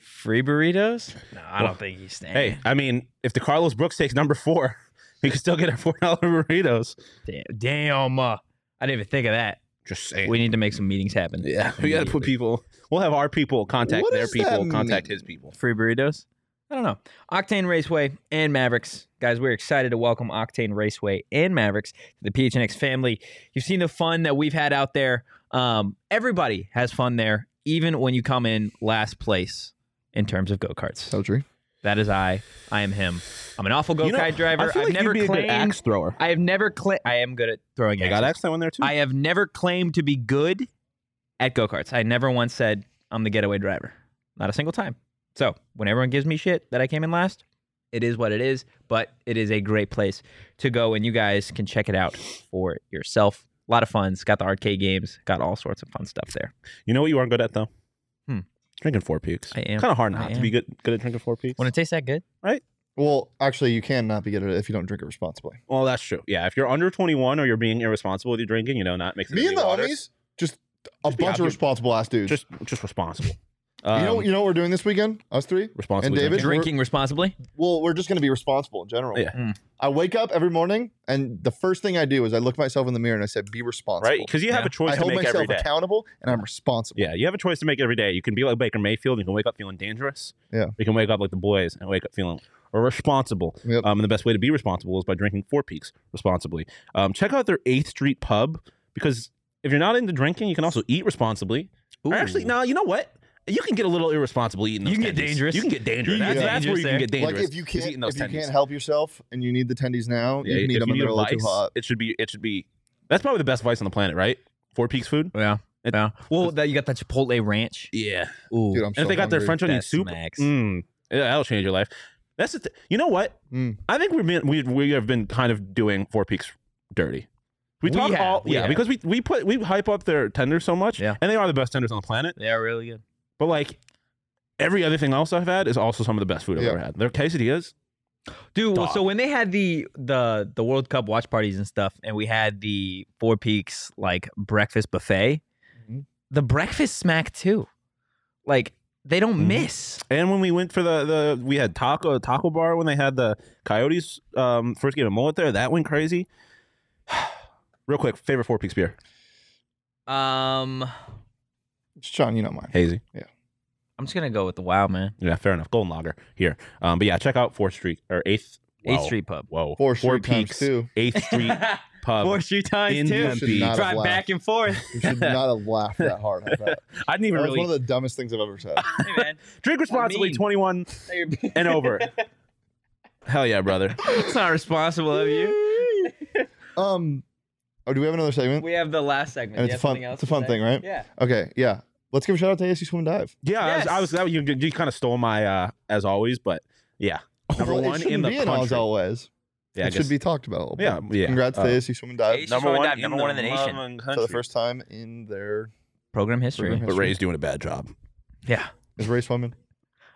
A: Free burritos? No, I
C: Well,
A: don't think he's staying.
C: Hey, I mean, if the Carlos Brooks takes number four, he can still get our four dollar burritos.
A: damn, damn uh, I didn't even think of that.
C: Just saying.
A: We need to make some meetings happen.
C: Yeah, we got to put
A: Immediately.
C: people. We'll have our people contact
B: What
C: their
B: does that
C: people, contact
B: mean?
C: his people.
A: Free burritos? I don't know. Octane Raceway and Mavericks. Guys, we're excited to welcome Octane Raceway and Mavericks to the PHNX family. You've seen the fun that we've had out there. Um, everybody has fun there, even when you come in last place in terms of go karts.
B: So true.
A: That is I. I am him. I'm an awful go kart
C: You know,
A: driver.
C: I feel
A: have
C: like
A: never
C: you'd be a good
A: claimed.
C: axe thrower.
A: I have never claimed. I am good at throwing
C: I
A: axes.
C: got axe throw in there too.
A: I have never claimed to be good at go karts. I never once said I'm the getaway driver. Not a single time. So when everyone gives me shit that I came in last, it is what it is, but it is a great place to go and you guys can check it out for yourself. A lot of fun. It's got the arcade games, got all sorts of fun stuff there.
C: you know what you aren't good at though?
A: Hmm.
C: Drinking four peaks.
A: I am.
C: Kind of hard
A: I
C: not to
A: am.
C: be good good at drinking four peaks.
A: When it tastes that good?
B: Well, actually, you can not be good at it if you don't drink it responsibly.
C: well, that's true. Yeah, if you're under 21 or you're being irresponsible with your drinking, you know, not mixing.
B: Me
C: in
B: and the
C: any waters,
B: homies, just a
C: Just be
B: bunch
C: happy.
B: of responsible ass dudes.
C: just just responsible.
B: you know,
C: Um,
B: you know what we're doing this weekend? Us three.
C: responsible
B: and David?
C: drinking.
A: Drinking responsibly?
B: Well, we're just going to be responsible in general.
C: Yeah.
A: Mm.
B: I wake up every morning, and the first thing I do is I look myself in the mirror and I said, "Be responsible."
C: right? Because you have
A: Yeah.
C: a choice
B: I
C: to
B: hold
C: make every
B: myself
C: day.
B: accountable, and I'm responsible.
C: Yeah, you have a choice to make every day. You can be like Baker Mayfield. You can wake up feeling dangerous.
B: Yeah.
C: You can wake up like the boys and wake up feeling responsible.
B: Yep.
C: Um, and the best way to be responsible is by drinking Four Peaks responsibly. Um, check out their Eighth Street Pub because if you're not into drinking, you can also eat responsibly. Or actually, no, you know what? You can get a little irresponsible eating. Those
A: You can get
C: tendies.
A: dangerous.
C: You can get
A: You
C: dangerous.
A: can
C: that's,
A: get
C: that's
A: dangerous
C: where you can
A: there.
C: get dangerous.
B: Like if you
C: is
B: can't,
C: eating those
B: if you
C: tendies.
B: can't help yourself and you need the tendies now,
C: yeah,
B: you can eat
C: if
B: them
C: you
B: and
C: need
B: they're
C: a
B: a little too
C: vice,
B: hot.
C: it should be. It should be. That's probably the best vice on the planet, right? Four Peaks food.
A: Yeah.
C: It-
A: yeah. Well, that you got that Chipotle ranch.
C: Yeah.
A: Ooh.
B: Dude, I'm
C: and
B: so
C: if they got their
B: hungry.
C: French onion
A: That
C: soup,
A: smacks.
C: mm, yeah, that'll change your life. That's the th- you know what
B: Mm.
C: I think we've been we we have been kind of doing Four Peaks dirty. We
A: We
C: talk
A: have,
C: all
A: we
C: yeah
A: have.
C: because we we put we hype up their tenders so much
A: Yeah.
C: and they are the best tenders on the planet.
A: they are really good.
C: But like every other thing else I've had is also some of the best food I've
B: Yeah.
C: ever had. Their quesadillas,
A: Dude, well, so
C: Dog.
A: when they had the the the World Cup watch parties and stuff, and we had the Four Peaks like breakfast buffet,
B: Mhm.
A: the breakfast smack too. Like they don't
C: Mhm.
A: miss.
C: And when we went for the the we had taco taco bar when they had the Coyotes um, first game of mullet there, that went crazy. Real quick, favorite four peaks beer,
A: Um,
B: Sean, you know mine.
C: hazy.
A: I'm just gonna go with the Wow man,
C: Yeah, fair enough. Golden Lager here. Um, but yeah, check out Fourth Street or Eighth
A: Eighth
C: wow.
A: Street Pub.
C: Whoa,
B: Four,
C: Four
B: Street times
C: Peaks,
B: two.
C: Eighth Street Pub.
A: Four Street times
C: in
A: too.
C: Tempe.
B: Should not have
A: Drive
B: laughed.
A: back and forth.
B: You should not have laughed that hard. At that.
C: I didn't
B: that
C: even
B: was
C: really
B: one of the dumbest things I've ever said.
A: Hey, man.
C: drink responsibly.
A: mean.
C: Twenty one and over. Hell yeah, brother.
A: It's not responsible of you.
B: Um, oh, do we have another segment?
A: We have the last segment.
B: And
A: You
B: it's
A: have
B: a fun-
A: something else
B: it's a
A: to
B: fun
A: say?
B: thing, right?
A: Yeah.
B: Okay, yeah. Let's give a shout out to ASU Swim Dive.
C: Yeah, I was.
A: Yes.
C: I was that, you, you kind of stole my uh, as always, but yeah, number
B: Well, it
C: one in
B: shouldn't
C: the
B: be an
C: country.
B: As always,
C: yeah, I
B: it should
C: guess-
B: be talked about. A little bit.
C: Yeah, yeah.
B: Congrats
C: Uh,
B: to ASU Swim Dive
A: ASU Swim Dive, number one in the nation.
C: loving
B: for
C: country.
B: the first time in their
A: Program history.
B: Program
C: But Ray's doing a bad job.
A: Yeah.
B: is race swimming.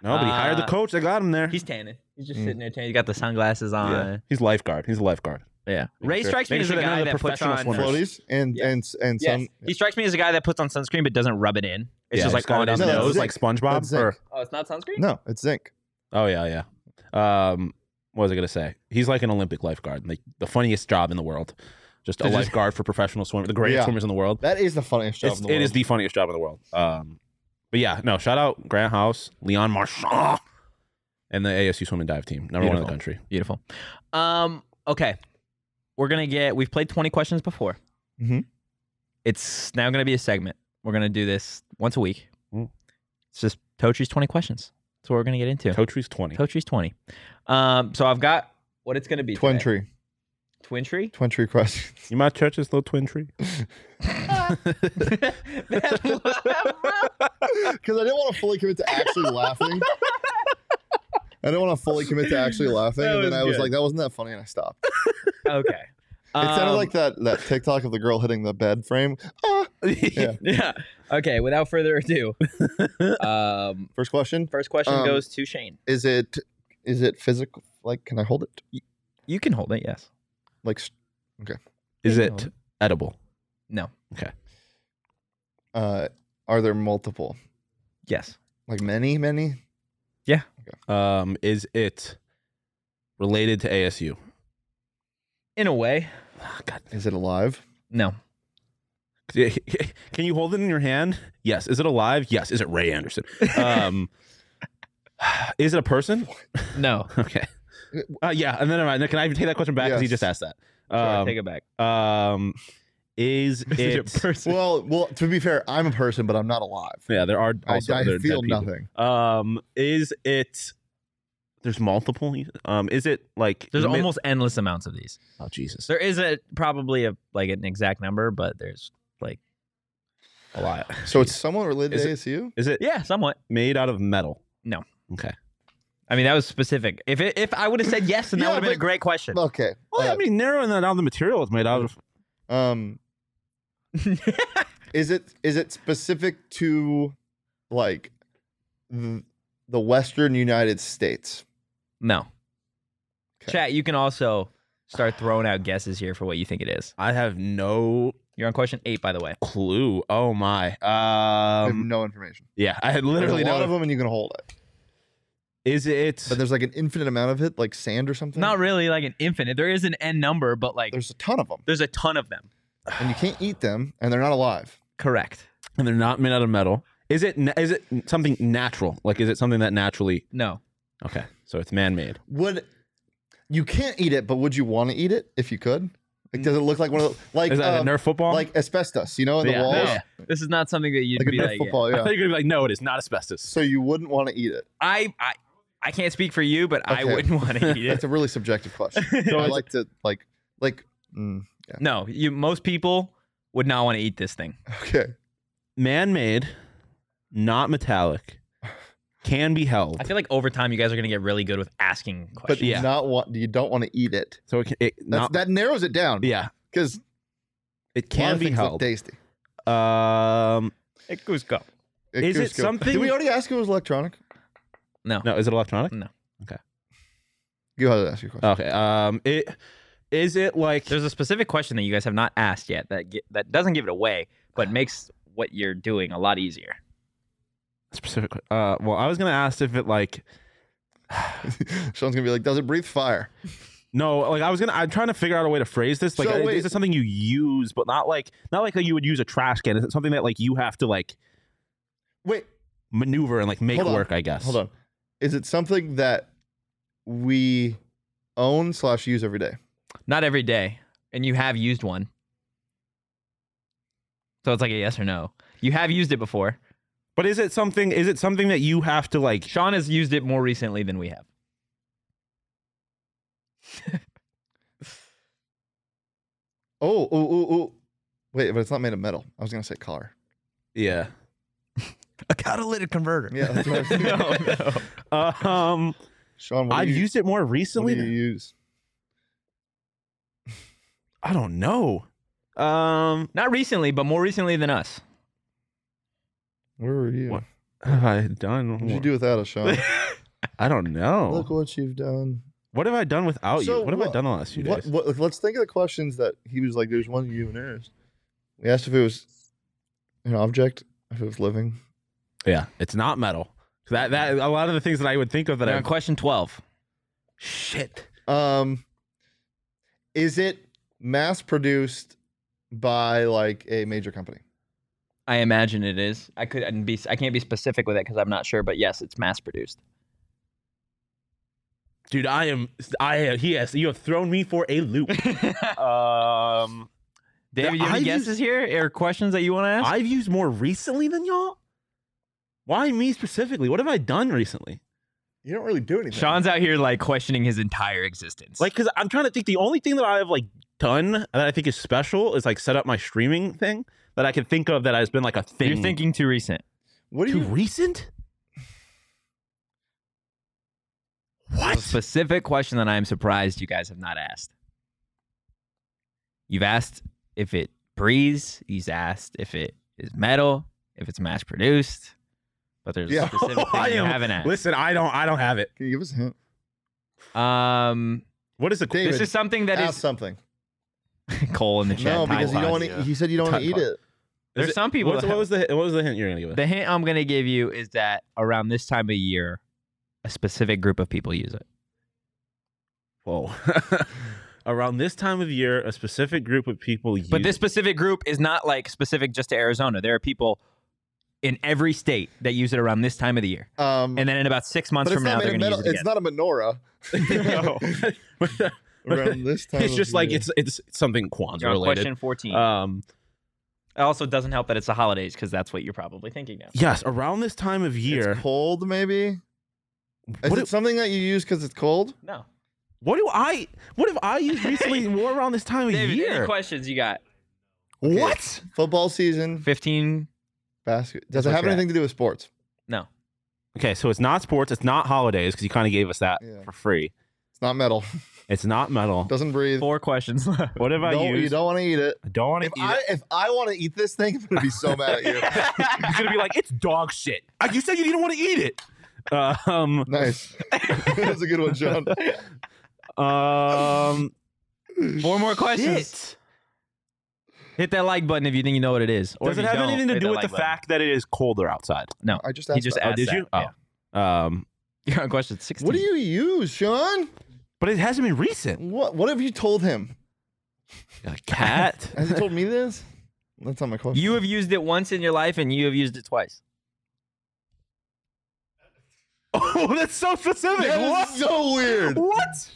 C: No, but he hired the
A: Uh,
C: coach. They got him there.
A: He's tanning. He's just
B: Mm.
A: sitting there tanning. He's got the sunglasses on.
C: yeah. he's a lifeguard. He's a lifeguard.
A: Yeah.
C: Making
A: Ray
C: sure-
A: strikes me
C: making
A: as
C: sure
A: a
C: that none
A: guy
C: of the
A: that puts
C: professional
A: on
C: swimmers-
A: uh,
B: Floaties and
A: Yes.
B: and and
A: Yes.
B: some.
A: He strikes me as a guy that puts on sunscreen but doesn't rub it in. It's
C: Yeah,
A: just
C: he's
A: like
C: got
A: on
C: it
A: his
C: in
B: No,
A: nose.
C: nose,
B: that's
C: like SpongeBob.
B: That's it.
C: Or,
A: Oh, it's not sunscreen?
B: No, it's zinc.
C: oh yeah, yeah. Um, what was I gonna say? He's like an Olympic lifeguard, like the funniest job in the world. Just a
B: Just-
C: lifeguard for professional swimmers, the greatest
B: Yeah.
C: swimmers in the world.
B: That is the funniest job
C: It's,
B: in the world.
C: It is the funniest job in the world. Um, but yeah, no. Shout out Grant House, Leon Marchand, and the ASU swim and dive team, number one in
A: Beautiful.
C: the country.
A: Beautiful. Um, okay. We're gonna get we've played 20 questions before.
B: Mhm.
A: It's now gonna be a segment. We're gonna do this once a week.
C: Mm.
A: It's just Tochi's 20 questions. That's what we're gonna get into.
C: Totree's twenty.
A: Tochi's 20. Um, so I've got what it's gonna be.
B: twin
A: today.
B: tree,
A: Twin tree?
B: twin tree question.
C: You my church's little twin tree.
B: Because I didn't want to fully commit to actually laughing. I didn't want to fully commit to actually laughing, and
C: That
B: then
C: was
B: I was
C: good.
B: like, "That wasn't that funny," and I stopped. It
A: okay.
B: sounded
A: Um,
B: like that that TikTok of the girl hitting the bed frame. Ah. Yeah.
A: yeah. Okay. Without further ado, um,
B: First question:
A: first question
B: Um,
A: goes to Shane.
B: Is it is it physical? Like, can I hold it?
A: You can hold it. Yes.
B: Like, s-
C: Is
A: Yeah,
C: it edible?
A: No.
B: uh, are there multiple?
A: Yes.
B: Like many, many?
C: Um, is it related to ASU?
A: In a way.
C: Ah, God.
B: Is it alive?
A: No.
C: Can you hold it in your hand? Yes. Is it alive? Yes. Is it Ray Anderson? Um, is it a person?
A: No.
C: Okay. Uh, yeah. And then never mind. can I even take that question back? Because he
B: Yes.
C: just asked that.
A: Sure,
C: Um,
A: take it back.
C: um, is it?
A: person?
B: Well, well. To be fair, I'm a person, but I'm not alive.
C: yeah, there are
B: I,
C: also
B: I
C: other dead
B: feel
C: people.
B: nothing.
C: Um, is it? There's multiple. Um, is it like
A: There's
C: the mid-
A: almost endless amounts of these.
C: Oh Jesus,
A: There is a probably a like an exact number, but there's like a lot.
B: So it's somewhat related
C: Is
B: to
C: it-
B: ASU.
C: is it
A: Yeah, somewhat.
C: made out of metal?
A: No.
C: Okay.
A: I mean, that was specific. If it, if I would have said yes, then that
B: Yeah,
A: would have been a
B: but-
A: great question.
B: Okay.
C: Well, I
B: uh,
C: mean, narrowing that down, the material it's made out of.
B: um, is it is it specific to like the, the Western United States?
A: no.
B: Okay.
A: Chat. You can also start throwing out guesses here for what you think it is.
C: I have no
A: You're on question eight, by the way.
C: clue. Oh my.
B: I have
C: Um.
B: no information.
C: yeah, I had
B: There's a
C: literally
B: lot
C: no.
B: of them, and you can hold it.
C: is it?
B: But there's like an infinite amount of it, like sand or something.
A: Not really like an infinite. There is an n number, but like there's,
B: There's a ton of them,
A: a ton of them.
B: and you can't eat them, and they're not alive.
A: Correct.
C: and they're not made out of metal. Is it? na- Is it something natural? Like, is it something that naturally?
A: No.
C: Okay, so it's man-made.
B: Would you can't eat it, but would you want to eat it if you could? Like, does it look like one of the, like
C: is that
B: um,
C: a Nerf football?
B: like asbestos? You know, in the
C: Yeah.
B: walls,
C: No.
A: This is not something that you'd
B: like a
A: be
B: Nerf
A: like.
B: football.
C: I
B: Yeah.
C: think you're gonna be like, no, it is not asbestos.
B: So you wouldn't want to eat it.
A: I I I can't speak for you, but I
B: Okay.
A: wouldn't want to eat
B: That's
A: it.
B: a really subjective question. I
C: it's-
B: like to like like. mm,
A: No, you most people would not want to eat this thing.
B: okay.
C: Man-made, not metallic, can be held.
A: I feel like over time you guys are gonna get really good with asking questions.
B: but
C: yeah.
B: not want you don't want to eat it.
C: so it, can, it
B: That's,
C: not.
B: that narrows it down.
C: yeah,
B: because
C: it can be
B: look
C: held.
B: tasty.
C: Um.
A: it goes go.
C: Is
B: goes
C: it
B: good.
C: something-
B: Did we already ask if it was electronic?
A: No.
C: No, is it electronic?
B: You had to ask your question.
C: Okay. Um. It is it like
A: There's a specific question that you guys have not asked Ah. yet that ge- that doesn't give it away, but makes what you're doing a lot easier.
C: specific. Uh, well, I was gonna ask if it like
B: Sean's gonna be like, does it breathe fire?
C: no, like I was gonna. I'm trying to figure out a way to phrase this. Like,
B: So
C: uh,
B: wait-
C: is it something you use, but not like not like you would use a trash can? Is it something that like you have to like
B: Wait,
C: maneuver and like make
B: Hold on.
C: work? I guess.
B: hold on. Is it something that we own slash use every day?
A: Not every day, and you have used one. So it's like a yes or no. You have used it before.
C: But is it something? Is it something that you have to like?
A: Sean has used it more recently than we have.
B: Oh, oh, oh, oh. Wait, but it's not made of metal. I was gonna say car.
C: Yeah.
A: A catalytic converter.
B: Yeah, that's what I was thinking.
A: no, no.
C: Um,
B: Sean, what do
C: I've
B: you,
C: used it more
B: what
C: recently.
B: do you use?
C: I don't know. Um,
A: Not recently, but more recently than us.
B: Where were you?
C: What?
B: What
C: have I done?
B: did you do without us, Sean?
C: I don't know.
B: Look what you've done.
C: what have I done without
B: So
C: you? What have I
B: what-
C: done the last few
B: What,
C: days?
B: what, let's think of the questions that he was like, there's one you and hers. We asked if it was an object, if it was living.
C: Yeah, it's not metal. That that a lot of the things that I would think of that
A: But on
C: I
A: question 12.
C: shit.
B: Um, is it mass produced by like a major company?
A: I imagine it is. I could not be. I can't be specific with it because I'm not sure. But yes, it's mass produced.
C: Dude, I am. I he has. You have thrown me for a loop. um,
A: David, you have
C: I
A: any
C: use-
A: guesses here or questions that you want to ask?
C: I've used more recently than y'all. Why me specifically? What have I done recently?
B: You don't really do anything.
A: Sean's out here like questioning his entire existence.
C: Like, cause I'm trying to think. The only thing that I have like done that I think is special is like set up my streaming thing that I can think of that has been like a thing.
A: you're thinking too recent.
B: what do
C: too
B: you?
C: recent?
A: There's A
C: What?
A: specific question that I am surprised you guys have not asked. You've asked if it breathes. You've asked if it is metal. If it's mass produced. But there's
B: Yeah.
A: a specific
C: I
A: thing you
C: am-
A: haven't asked.
C: Listen, I don't. I don't have it.
B: Can you give us a hint?
A: Um,
C: What is the
B: David,
A: this is something that
B: Ask
A: is
B: something.
A: Cole in the chat.
B: No,
A: Tide
B: because you don't
A: Pods.
B: want to. He said you don't want
C: Tide
B: to eat
C: Pod.
B: it.
A: There's
C: Is it-
A: some people
C: What's,
A: that
C: what
A: have-
C: was the what was the hint you were gonna give us?
A: The hint I'm going to give you is that around this time of year, a specific group of people use it.
C: Whoa. Around this time of year, a specific group of people. Use
A: But this specific group is not like specific just to Arizona. There are people in every state that use it around this time of the year.
B: Um,
A: And then in about six
B: but
A: months
B: it's
A: from now,
B: not
A: they're
B: made
A: going
B: of
A: to use
B: metal.
A: it again.
B: It's not a menorah. Around this time.
C: it's
B: of
C: just like
B: year.
C: it's it's something Kwanzaa
A: You're on
C: related.
A: question 14.
C: Um,
A: Uh, it also doesn't help that it's the holidays because that's what you're probably thinking now.
C: yes, around this time of year.
B: It's cold, maybe. Is
C: What
B: it
C: do-
B: something that you use because it's cold?
A: No.
C: What do I? What have I used recently? more around this time of
A: David, any
C: year.
A: questions you got?
C: What?
B: Football season,
A: 15?
B: basket. Does
C: That's
B: it
C: what
B: have
C: you're
B: anything to do with sports?
A: No.
C: Okay, so it's not sports. It's not holidays because you kind of gave us that
B: Yeah.
C: for free.
B: It's not metal.
C: It's not metal.
B: Doesn't breathe.
A: Four questions left.
C: What have I
B: Don't- you
C: used?
B: don't want to eat it.
C: I don't want to
B: If
C: eat
B: I
C: it.
B: if I want to eat this thing, I'm gonna be so mad at you.
C: He's gonna be like, it's dog shit. Uh, You said you didn't want to eat it. Uh, um,
B: Nice. That's a good one, John.
C: um,
A: Four more questions.
C: shit.
A: Hit that like button if you think you know what it is. Or
C: Does
A: if
C: it
A: you
C: have
A: don't,
C: anything to
A: hit
C: do
A: that
C: with
A: like
C: the
A: button.
C: fact that it is colder outside?
A: No.
B: I just
A: He
B: asked.
A: just
B: that.
A: asked.
C: Oh, did
A: that,
C: you?
A: yeah.
C: Oh. Um,
A: You're on question 16.
B: What do you use, Sean?
C: but it hasn't been recent.
B: What What have you told him?
C: A cat.
B: Has he told me this? That's not my question.
A: You have used it once in your life, and you have used it twice.
C: oh, that's so specific.
B: That is
C: what?
B: so weird.
C: what?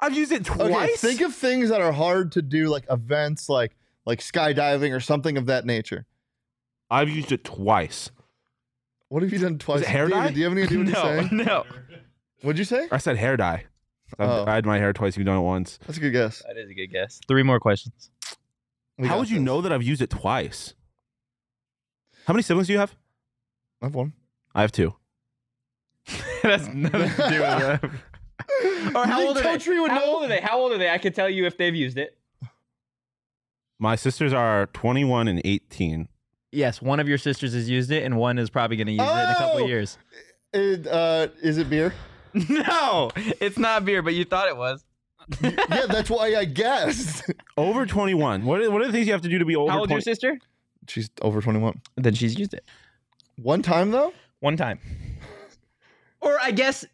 C: I've used it twice.
B: Okay, think of things that are hard to do, like events, like like skydiving or something of that nature.
C: I've used it twice.
B: What have you done twice?
C: it hair
B: David,
C: dye?
B: do you have any idea what you're
A: No,
B: saying?
A: no.
B: What'd you say?
C: I said hair dye. I've-
B: Oh.
C: I had my hair twice. You've done it once.
B: That's a good guess.
A: That is a good guess. Three more questions.
B: We
C: How
B: got
C: would you
B: this.
C: know that I've used it twice? How many siblings do you have?
B: I have one.
C: I have two.
A: That's nothing to do with that. or
B: You
A: how
B: think
A: old are they?
B: Totri would
A: how
B: know?
A: old are they? How old are they? I can tell you if they've used it.
C: My sisters are 21 and 18.
A: Yes, one of your sisters has used it, and one is probably going to use it in a couple
B: Oh!
A: of years.
B: It, uh, is it beer?
A: No, it's not beer, but you thought it was.
B: yeah, that's why I guessed.
C: Over 21. What are, what are the things you have to do to be over
A: how old is your
C: 20?
A: sister?
B: She's over 21.
A: Then she's used it.
B: One time though,
E: One time.
A: Or I guess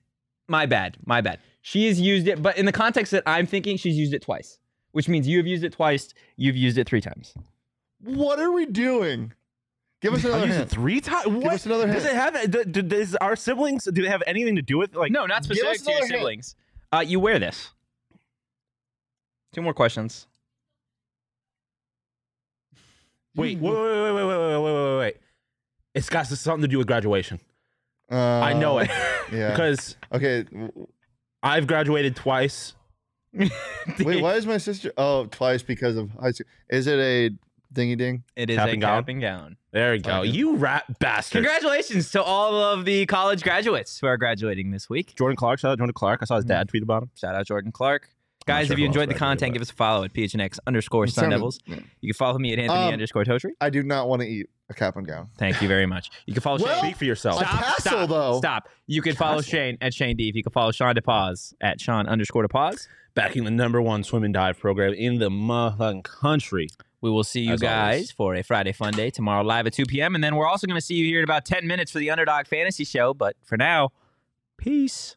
A: my bad, my bad. She has used it, but in the context that I'm thinking, she's used it twice, which means you have used it twice. You've used it three times.
B: what are we doing? Give us another
C: I used it
B: hint.
C: three times. What?
B: us another
C: Does it have? Do, do, does our siblings? Do they have anything to do with like?
A: no, not
B: give
A: specific
B: us
A: to your
B: another hint.
A: siblings. Uh, you wear this. Two more questions.
C: Wait, wait, wait, wait, wait, wait, wait, wait, wait, wait, wait. It's got something to do with graduation.
B: Uh,
C: I know it
B: Yeah.
C: because
B: okay. w-
C: I've graduated twice.
B: Wait, why is my sister? Oh, twice because of high school. Is it a dingy ding?
A: It is
C: Cap
A: a
C: and gown?
A: cap and gown.
C: There we go.
B: Fucking-
C: You rat bastard.
A: Congratulations to all of the college graduates who are graduating this week.
C: Jordan Clark. Shout out Jordan Clark. I saw his dad tweet about him.
A: Shout out Jordan Clark.
C: I'm not
A: Guys,
C: sure
A: if you
C: who else
A: enjoyed the
C: graduated,
A: content,
C: but-
A: give us a follow at phnx underscore
B: It
A: sun
B: sounded-
A: devils.
B: yeah.
A: You can follow me at Anthony
B: Um,
A: underscore Totri.
B: I do not want to eat a cap and gown.
A: Thank you very much. You can follow
B: Well,
A: Shane.
C: Speak for yourself.
B: a tassel,
A: stop,
B: though.
A: Stop. You can follow
C: Tassel.
A: Shane at Shane D. If you can follow Sean DePaz at Sean underscore DePaz.
C: Backing the number one swim and dive program in the motherfucking country.
A: We will see you
C: As
A: guys
C: always.
A: for a Friday fun day tomorrow live at 2 p.m. And then we're also going to see you here in about 10 minutes for the Underdog Fantasy Show. But for now, peace.